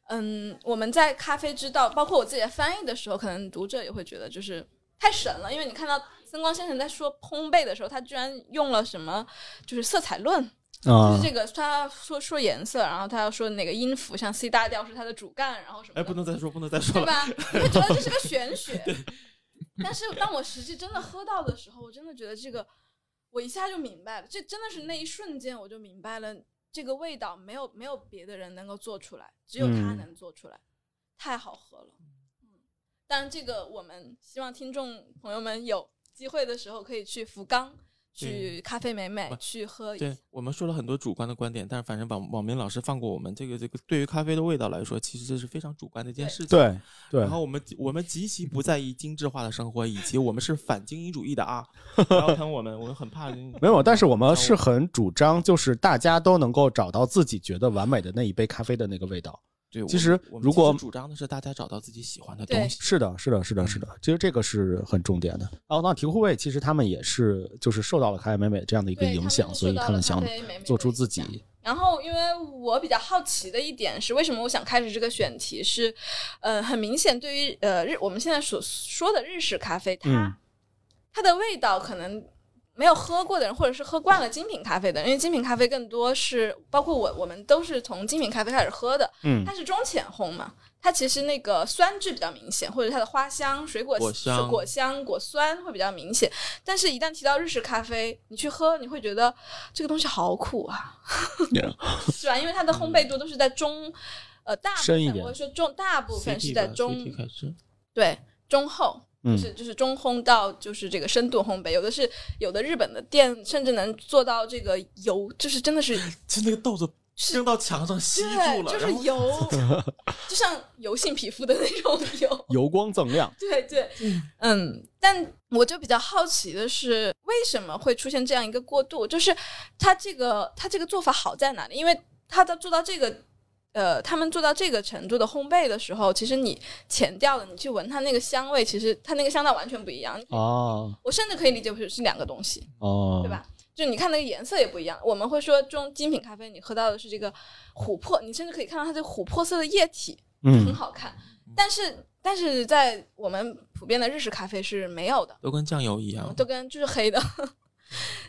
S2: 嗯，我们在咖啡之道，包括我自己在翻译的时候，可能读者也会觉得就是太神了，因为你看到森光先生在说烘焙的时候，他居然用了什么就是色彩论，就
S1: 啊
S2: 是，这个他说说颜色，然后他要说哪个音符，像 C 大调是它的主干，然后什么
S3: 哎，
S2: 的，
S3: 不能再说，不能再说
S2: 对
S3: 了。 (laughs)
S2: 吧？你会觉得这是个玄学。 (laughs) 但是当我实际真的喝到的时候，我真的觉得这个，我一下就明白了，这真的是那一瞬间我就明白了，这个味道没有没有别的人能够做出来，只有他
S1: 嗯
S2: 能做出来，太好喝了。嗯，但是这个我们希望听众朋友们有机会的时候可以去福冈。去咖啡美美
S3: 不
S2: 去喝一下，
S3: 对我们说了很多主观的观点，但是反正网网民老师放过我们，这个这个对于咖啡的味道来说，其实这是非常主观的一件事情。。
S1: 对对
S3: 然，后我们我们极其不在意精致化的生活，以及我们是反精英主义的
S1: (laughs)
S3: 啊！不要喷我们，我们很怕。没
S1: 没有，但是我们是很主张，就是大家都能够找到自己觉得完美的那一杯咖啡的那个味道。
S3: 对，
S1: 其
S3: 我
S1: 实
S3: 们我们
S1: 如果
S3: 其实主张的是大家找到自己喜欢的
S2: 对
S3: 东西，
S1: 是的，是的，是的，是的，其实这个是很重点的。哦，那提护卫其实他们也是就是受到了咖啡美美这样的一个
S2: 对
S1: 影
S2: 他
S1: 响，
S2: 是
S1: 所以
S2: 受到
S1: 他们
S2: 了
S1: 想
S2: 咖啡美美
S1: 做
S2: 的
S1: 出
S2: 影
S1: 自
S2: 响
S1: 己。
S2: 然后，因为我比较好奇的一点是，为什么我想开始这个选题是，呃，很明显，对于呃日我们现在所说的日式咖啡，它、
S1: 嗯
S2: 它的味道可能没有喝过的人，或者是喝惯了精品咖啡的人，因为精品咖啡更多是包括我，我们都是从精品咖啡开始喝的，
S1: 嗯
S2: 它是中浅烘嘛，它其实那个酸质比较明显，或者它的花香、水果
S3: 果香
S2: 果香、果酸会比较明显。但是，一旦提到日式咖啡，你去喝，你会觉得这个东西好苦啊， (laughs) 是吧？因为它的烘焙度都是在中，呃，大部
S1: 深一
S2: 分
S1: 点
S2: 我会说中大部分
S3: CT
S2: 是在
S3: 吧
S2: 中
S3: CT 开始，
S2: 对中后，就
S1: 嗯
S2: 是就是中烘到就是这个深度烘焙，有的是有的日本的店甚至能做到这个油，就是真的是
S3: 就那个豆子扔到墙上吸
S2: 对，就是油，就像油性皮肤的那种油。 (laughs)
S1: 油光锃亮，
S2: 对对，嗯，但我就比较好奇的是，为什么会出现这样一个过渡？就是他这个他这个做法好在哪里？因为他的做到这个。呃，他们做到这个程度的烘焙的时候，其实你前调的，你去闻它那个香味，其实它那个香道完全不一样。
S1: 哦
S2: 我甚至可以理解为是两个东西。
S1: 哦，
S2: 对吧？就你看那个颜色也不一样，我们会说这种精品咖啡，你喝到的是这个琥珀，你甚至可以看到它这琥珀色的液体，很 (laughs)
S1: 嗯，
S2: 好看。但是，但是在我们普遍的日式咖啡是没有的，
S3: 都跟酱油一样，
S2: 都跟就是黑的。 (laughs)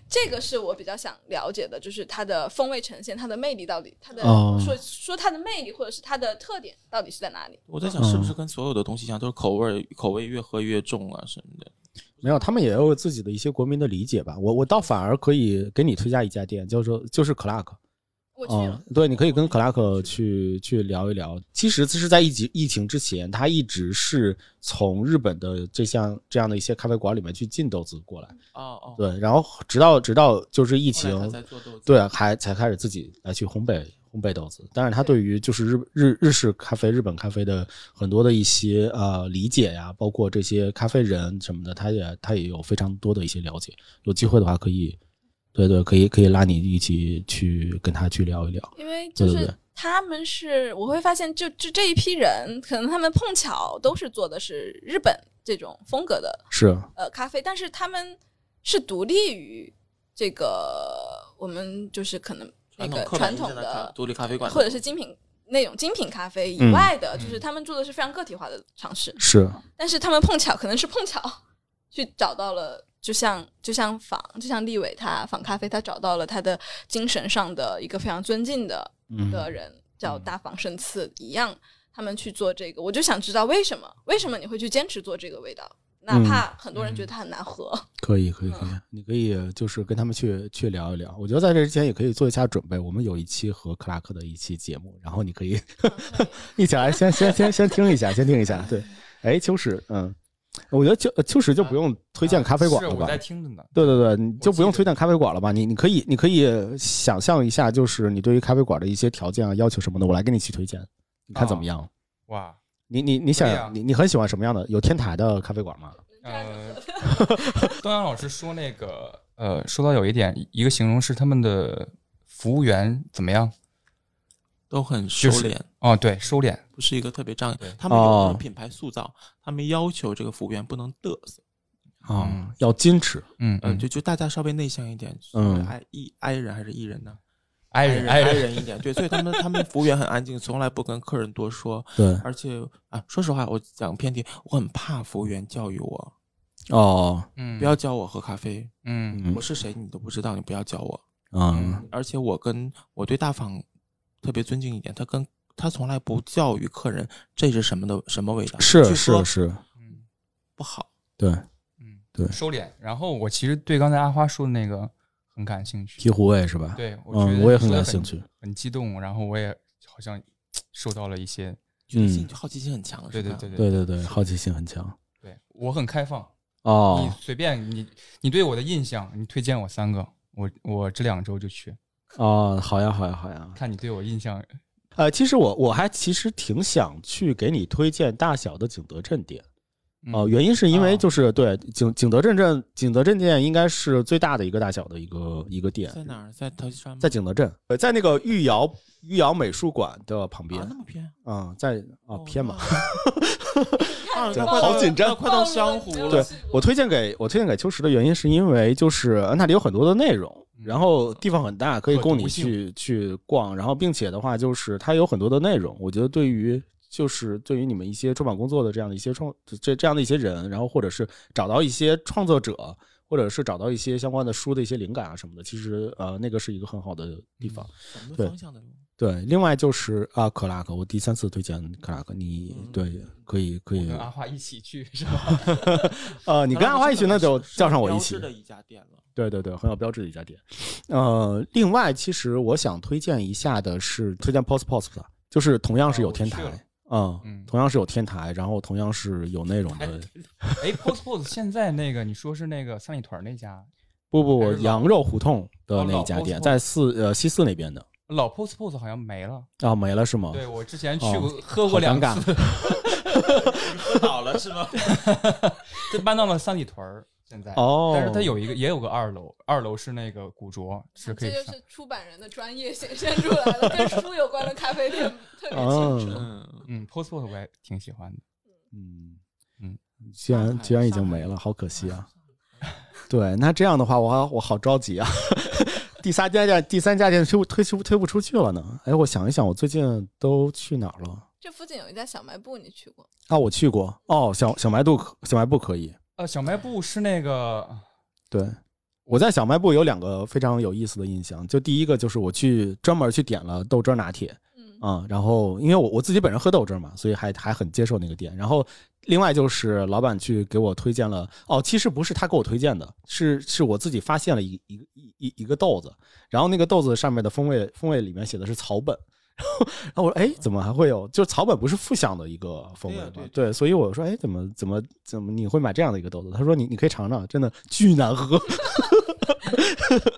S2: 这个是我比较想了解的，就是它的风味呈现，它的魅力到底，它的、
S1: 哦
S2: 说说它的魅力或者是它的特点到底是在哪里？
S3: 我在
S4: 嗯
S3: 想是不是跟所有的东西一样，都是口味儿口味越喝越重啊什么的。
S1: 没有，他们也有自己的一些国民的理解吧。我我倒反而可以给你推荐一家店，叫做就是克拉克。
S2: 我去
S1: 嗯
S2: 了，，
S1: 对，你可以跟克拉克去去聊一聊。其实这是在疫情疫情之前，他一直是从日本的这项这样的一些咖啡馆里面去进豆子过来，
S3: 哦哦，
S1: 对，然后直到直到就是疫
S3: 疫
S1: 情，
S3: 在做豆子，
S4: 啊
S1: 对，啊还才开始自己来去烘焙烘焙豆子。但是他对于就是日日日式咖啡、日本咖啡的很多的一些呃理解呀，包括这些咖啡人什么的，他也他也有非常多的一些了解。有机会的话，可以，对对，可以可以拉你一起去跟他去聊一聊。
S2: 因为就
S1: 对对
S2: 是
S1: 对
S2: 他们是，我会发现就，就这一批人，可能他们碰巧都是做的是日本这种风格的
S1: 是，
S2: 呃咖啡，但是他们是独立于这个我们就是可能那
S3: 传
S2: 个
S3: 统刻板
S2: 传
S3: 印象
S2: 统
S3: 的咖
S2: 的
S3: 独立咖啡馆，
S2: 或者是精品那种精品咖啡以
S1: 嗯
S2: 外的，就是他们做的是非常个体化的尝试，
S1: 是，
S2: 但是他们碰巧可能是碰巧去找到了。就像就像仿就像立伟他仿咖啡，他找到了他的精神上的一个非常尊敬的
S1: 嗯，
S2: 的人叫大房胜次一样，他们去做这个，我就想知道为什么？为什么你会去坚持做这个味道？哪
S1: 嗯
S2: 怕很多人觉得它很难喝，
S1: (laughs) 可以，
S3: 嗯
S1: 可以，可以，你可以就是跟他们去去聊一聊。我觉得在这之前也可以做一下准备，我们有一期和克拉克的一期节目，然后你可以
S2: 嗯
S1: 一起来先先先先听一下，先听一下。 (laughs) 对，哎，秋实，嗯，我觉得秋秋实就不用推荐咖啡馆
S4: 啊是
S1: 了
S4: 我
S1: 吧
S4: 在？听着呢。
S1: 对对对，你就
S4: 记
S1: 不用
S4: 得
S1: 推荐咖啡馆了吧？你你可以你可以想象一下，就是你对于咖啡馆的一些条件啊、要求什么的，我来给你去推荐，你看怎么
S4: 哦
S1: 样？
S4: 哇，
S1: 你你你
S4: 可以啊
S1: 想你你很喜欢啊什么样的？有天台的咖啡馆吗？
S4: 呃，
S2: (laughs)
S4: 东阳老师说那个，呃，说到有一点，一个形容是他们的服务员怎么样？
S3: 都很收敛，
S4: 就是哦，对，收敛，
S3: 不是一个特别张
S4: 对
S3: 扬。他们有那
S1: 哦
S3: 种品牌塑造，他们要求这个服务员不能嘚瑟，
S1: 啊、
S4: 嗯
S1: 要矜持。
S4: 嗯
S3: 嗯，
S4: 嗯，
S3: 就就大家稍微内向一点，
S1: 嗯
S3: 爱艺爱人还是艺人呢？
S4: 挨
S3: 人
S4: 人挨
S3: 爱
S4: 人，
S3: 人一点，对，所以他们他们服务员很安静，从来不跟客人多说，
S1: 对，
S3: 而且啊，说实话，我讲偏题，我很怕服务员教育我，
S1: 哦，
S4: 嗯，
S3: 不要教我喝咖啡，
S4: 嗯，
S1: 嗯
S3: 我是谁你都不知道，你不要教我。
S1: 嗯
S3: 而且我跟我对大坊特别尊敬一点，他跟他从来不教育客人这是什么的什么味道，
S1: 是
S3: 去
S1: 是
S3: 喝
S1: 是，
S4: 嗯
S3: 不好。
S1: 对，
S4: 嗯，
S1: 对
S4: 收敛。然后我其实对刚才阿花说的那个很感兴趣，
S1: 醍醐味是吧？，
S4: 对，我觉
S1: 嗯，
S4: 得
S1: 我也很
S4: 说得
S1: 感兴趣，
S4: 很激动，然后我也好像受到了一些，
S3: 觉得兴
S1: 嗯
S3: 趣好奇心很强，是
S4: 对对
S3: 吧
S4: 对对
S1: 对对对，好奇心很强。
S4: 对，我很开放，你
S1: 哦
S4: 随便你，你对我的印象，你推荐我三个，我我这两周就去
S1: 哦，好呀好呀好呀。
S4: 看你对我印象，
S1: 呃，其实我我还其实挺想去给你推荐大小的景德镇店，
S4: 嗯
S1: 呃，原因是因为
S4: 哦
S1: 就是对景景德镇镇景德镇店应该是最大的一个大小的一个一个店，
S3: 在哪儿？在陶溪山吗？
S1: 在景德镇，呃，在那个御窑御窑美术馆的旁边
S3: 啊，，哦那么偏
S1: 嗯，在啊偏嘛，。对
S3: 哦那啊，那快到
S1: 好紧张
S3: 那快到湘湖了。
S1: 对我推荐给我推荐给秋实的原因是因为就是呃那里有很多的内容，然后地方很大，可以供你
S4: 可读性
S1: 去去逛，然后并且的话就是它有很多的内容，我觉得对于。就是对于你们一些出版工作的这样的一些创这这样的一些人，然后或者是找到一些创作者，或者是找到一些相关的书的一些灵感啊什么的，其实呃那个是一个很好的地方。
S3: 什么
S1: 对
S3: 方向的路？
S1: 对，另外就是啊克拉克，我第三次推荐克拉克，你对可以可
S4: 我
S1: 以
S4: 跟阿花一起去
S1: (laughs)
S4: 是吧？
S1: 呃，你跟阿花一起那就是叫上我一起
S3: 标志。的一家店了。
S1: 对对对，很有标志的一家店。呃，另外，其实我想推荐一下的是推荐 Post Post，吧就是同样是有天台
S4: 啊我去了，
S1: 嗯，
S4: 嗯
S1: 同样是有天台，然后同样是有内容的。
S4: (laughs) 哎，Post Post 现在那个你说是那个三里屯那家
S1: 不不
S4: 还
S1: 不
S4: 是，老
S1: 羊肉胡同的
S4: 哦
S1: 那
S4: 老
S1: 一家
S4: Post
S1: 店，
S4: Post
S1: 在四呃西四那边的
S4: 老 Post Post 好像没了。
S1: 啊，没了是吗？
S4: 对我之前去
S1: 哦
S4: 过喝
S1: 好
S4: 过两
S1: 尴尬
S4: 次，
S3: 喝倒了是吗？
S4: 这搬到了三里屯儿。现在
S1: 哦
S4: (laughs) 但是它有一个也有个二楼，二楼是那个古着，是可以
S2: 这就
S4: 上。
S2: 是出版人的专业显现出来了，跟书有关的咖
S1: (laughs)
S2: 啡店特别清
S1: 啊，
S2: 楚。
S3: 嗯，
S4: 嗯，Post Post 我也挺喜欢的。
S1: 嗯嗯
S4: 嗯，
S1: 既然既然已经没了，好可惜啊。对，那这样的话，我好我好着急啊！ (laughs) 第三家店，第三家店推不推出推不出去了呢？哎，我想一想，我最近都去哪儿了？
S2: 这附近有一家小卖部，你去过？
S1: 啊，我去过哦，小小卖部可小卖部可以。
S4: 呃，小卖部是那个
S1: 对，我在小卖部有两个非常有意思的印象，就第一个就是我去专门去点了豆汁儿拿铁
S2: 嗯，
S1: 啊、然后因为我我自己本身喝豆汁儿嘛，所以还还很接受那个店。然后另外就是老板去给我推荐了，哦，其实不是他给我推荐的，是是我自己发现了一一个一一一个豆子，然后那个豆子上面的风味风味里面写的是草本。 (laughs) 然后我说，哎，怎么还会有？就草本不是负向的一个风味
S3: 对啊
S1: 吗？
S3: 对
S1: 对，所以我说，哎，怎么怎么怎么你会买这样的一个豆子？他说你，你可以尝尝，真的巨难喝，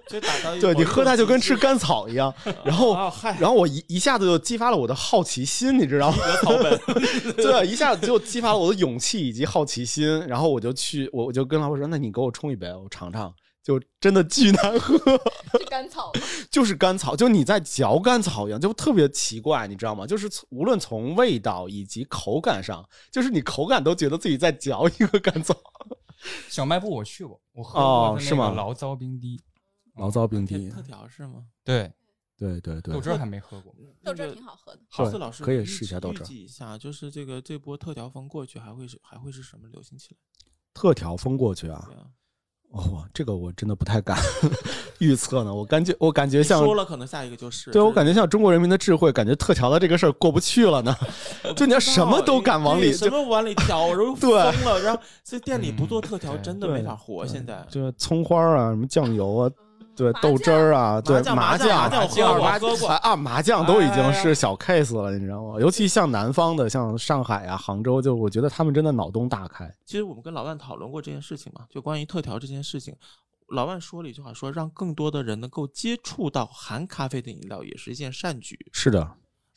S3: 就打
S1: (laughs)
S3: 到一
S1: 对你
S3: 某种
S1: 喝它就跟
S3: 极
S1: 吃
S3: 致
S1: 甘草一
S3: (laughs)
S1: 样。然后，
S3: 啊嗨，
S1: 然后我一一下子就激发了我的好奇心，你知道吗？
S3: 草本
S1: (laughs) 对，一下子就激发了我的勇气以及好奇心。然后我就去，我我就跟老板说，那你给我冲一杯，我尝尝。就真的巨难 (laughs) 喝，
S2: (laughs) 是甘草吗？
S1: 就是甘草，就你在嚼甘草一样，就特别奇怪，你知道吗？就是从无论从味道以及口感上，就是你口感都觉得自己在嚼一个甘草。
S4: 小卖部，我去过，我喝
S1: 哦
S4: 过它
S1: 是吗
S4: 那个醪糟冰滴，
S1: 醪糟冰
S3: 甜
S1: 滴，
S3: 特调是吗？
S4: 对，
S1: 对对对
S4: 豆，汁儿还没喝过。
S2: 豆汁儿挺好喝的。
S1: 对
S3: 豪斯老师
S1: 可以
S3: 预
S1: 试一
S3: 计
S1: 下豆汁儿
S3: 预计一下，就是这个这波特调风过去，还会是还会是什么流行起
S1: 特调风过去
S3: 来？
S1: 啊
S3: 对！啊，
S1: 哦，这个我真的不太敢 (laughs) 预测呢。我感觉，我感觉
S3: 你
S1: 像，
S3: 说了，可能下一个就是。
S1: 对我感
S3: 觉
S1: 觉像中国人民的智慧，感觉特调的这个事儿过不去了呢。 (laughs) 就你要什么都敢往里，
S3: 什
S1: 就
S3: 么往里调，
S1: (laughs)
S3: 我都
S1: 对
S3: 疯了。然后这店里不
S4: 嗯
S3: 做特调，
S4: 对
S3: 真的
S1: 对
S3: 没法活。现在
S1: 就是葱花儿啊，什么酱油啊，对
S3: 嗯
S2: 麻，
S1: 豆汁儿啊，对，
S3: 酱
S1: 麻
S3: 麻酱麻酱我喝
S1: 二
S3: 过
S1: 麻
S3: 喝过
S1: 哎啊，麻酱都已经
S3: 哎
S1: 是小 case 了，你知道吗？尤其像南方的，像上海啊、杭州，就我觉得他们真的脑洞大开。
S3: 其实我们跟老万讨论过这件事情嘛，就关于特调这件事情，老万说了一句话，说让更多的人能够接触到含咖啡的饮料，也是一件善举。
S1: 是的，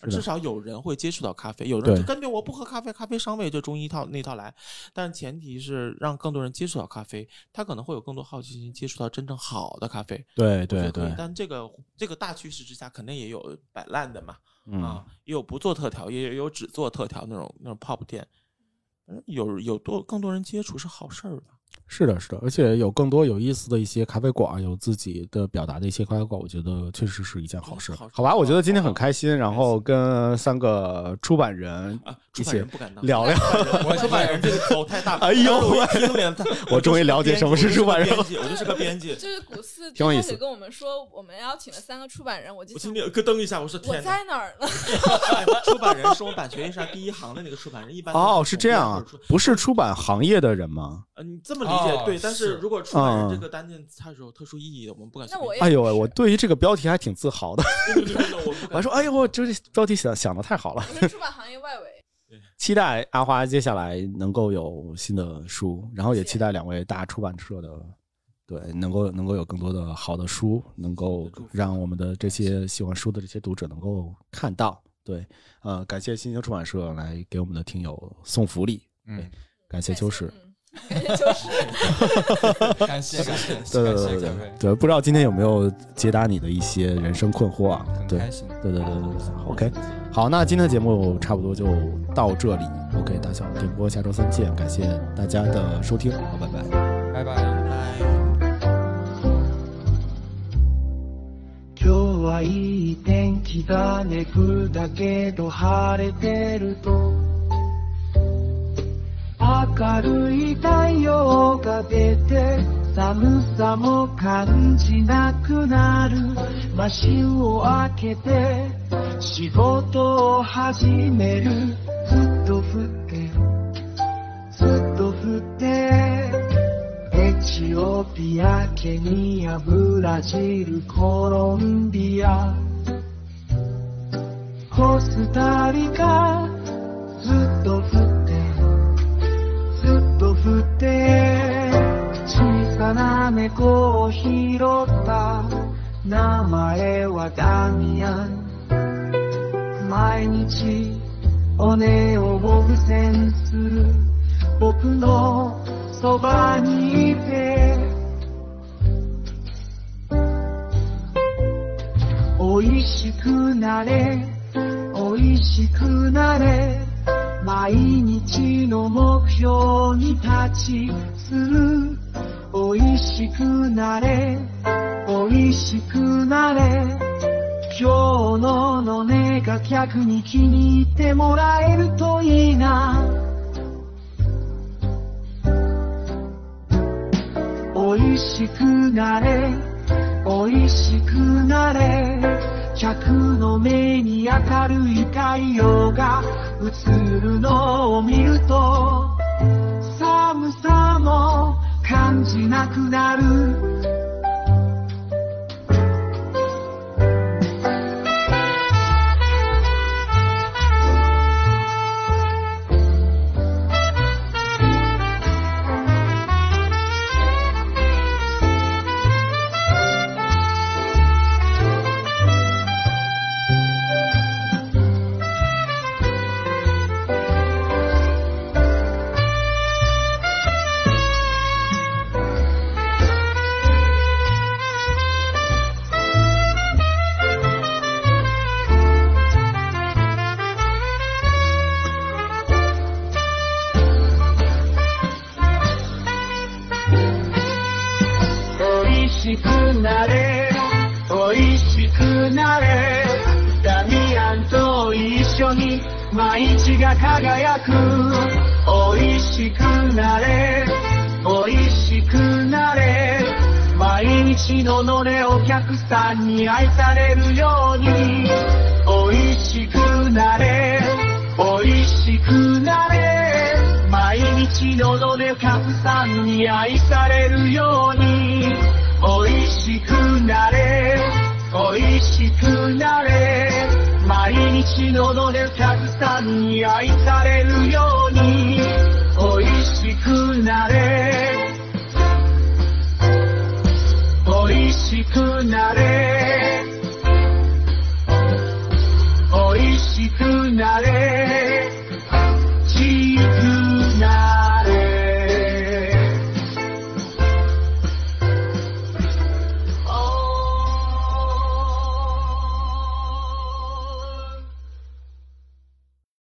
S1: 是的
S3: 至少有人会接触到咖啡，有
S1: 对
S3: 人就感觉我不喝咖啡，咖啡伤胃，就中医套那套来。但前提是让更多人接触到咖啡，他可能会有更多好奇心接触到真正好的咖啡。
S1: 对
S3: 我觉
S1: 对
S3: 得可以
S1: 对，
S3: 但这个这个大趋势之下，肯定也有摆烂的嘛，
S1: 嗯
S3: 啊，，也有不做特调，也有也有只做特调那种那种 pop 店，嗯有有多更多人接触是好事儿吧？
S1: 是的，是的，而且有更多有意思的一些咖啡馆，有自己的表达的一些咖啡馆，我觉得确实是一件好事。
S3: 好事
S1: 好吧，我觉得今天很开心，然
S3: 好
S1: 后跟三个出版人
S3: 啊，
S1: 一起
S3: 出版人不敢当，
S1: 聊聊。
S3: 我出版人这个头太大，
S1: (laughs) 哎呦
S3: 我一听脸，
S1: 我终于了解什么是出版人了
S3: 我就是个编辑，我就是个编辑。
S2: 就是古四
S1: 挺有意
S2: 最
S1: 思
S2: 开始跟我们说我们要请了三个出版人，我就
S3: 我
S2: 想
S3: 心里咯噔一下，我说
S2: 我
S3: 天哪！
S2: 在哪儿呢？ (laughs)
S3: 哎出版人是我们版权意识上第一行的那个出版人，一般
S1: (laughs)
S3: 都
S1: 哦，
S3: 是
S1: 是
S3: 总
S1: 这
S3: 编
S1: 样
S3: 或
S1: 啊
S3: 者出，
S1: 不是出版行业的人吗？
S3: 呃，你这么理解
S4: 哦
S3: 对，但是
S4: 是
S3: 如果出版人
S1: 嗯
S3: 这个单件它是有特殊意义的，我们不敢随
S2: 那
S3: 便。
S2: 我也
S1: 哎呦喂，
S2: 不是
S1: 我对于这个标题还挺自豪的。
S3: 对对对对我
S1: 我
S3: 不
S1: 还
S3: (laughs) 敢
S1: 说，哎呦，我这标题想想的太好了。
S2: 我是出版行业外围，
S1: 期待阿花接下来能够有新的书，然后也
S2: 谢谢
S1: 期待两位大出版社的，对，能够能够有更多的好的书，能够让我们的这些喜欢书的这些读者能够看到。对，呃，感谢新星出版社来给我们的听友送福利，
S4: 嗯，
S1: 感谢秋实。
S2: 嗯，感谢
S1: (laughs)
S2: 秋实。
S4: 感谢感谢感谢
S1: 对对对
S4: 感谢
S1: 对
S4: 各位，
S1: 对，不知道今天有没有解答你的一些人生困惑啊？
S4: 很
S1: 对，
S4: 开心。
S1: 对对对对对，OK。好，那今天的节目差不多就到这里。OK，大小电波下周三见，感谢大家的收听，好，拜拜。
S4: 拜拜。
S5: 今日はいい天気だねだけど晴れてると明るい太陽が出て寒さも感じなくなるマシンを開けて仕事を始めるずっと降ってずっと降ってエチオピア、ケニア、ブラジル、コロンビア、コスタリカ、ずっと降って、ずっと降って、小さな猫を拾った、名前はダミアン。毎日、尾根を僕旋する、僕のそばにいておいしくなれおいしくなれ毎日の目標に立ちするおいしくなれおいしくなれ今日ののねが客に気に入ってもらえるといいなおいしくなれおいしくなれ客の目に明るい太陽が映るのを見ると寒さも感じなくなるおいしくなれおいしくなれダミアンと一緒に毎日が輝くおいしくなれおいしくなれ毎日ののれお客さんに愛されるようにおいしくなれおいしくなれ毎日のどでお客さんに愛されるようにおいしくなれおいしくなれ毎日のどでお客さんに愛されるようにおいしくなれおいしくなれ Oh.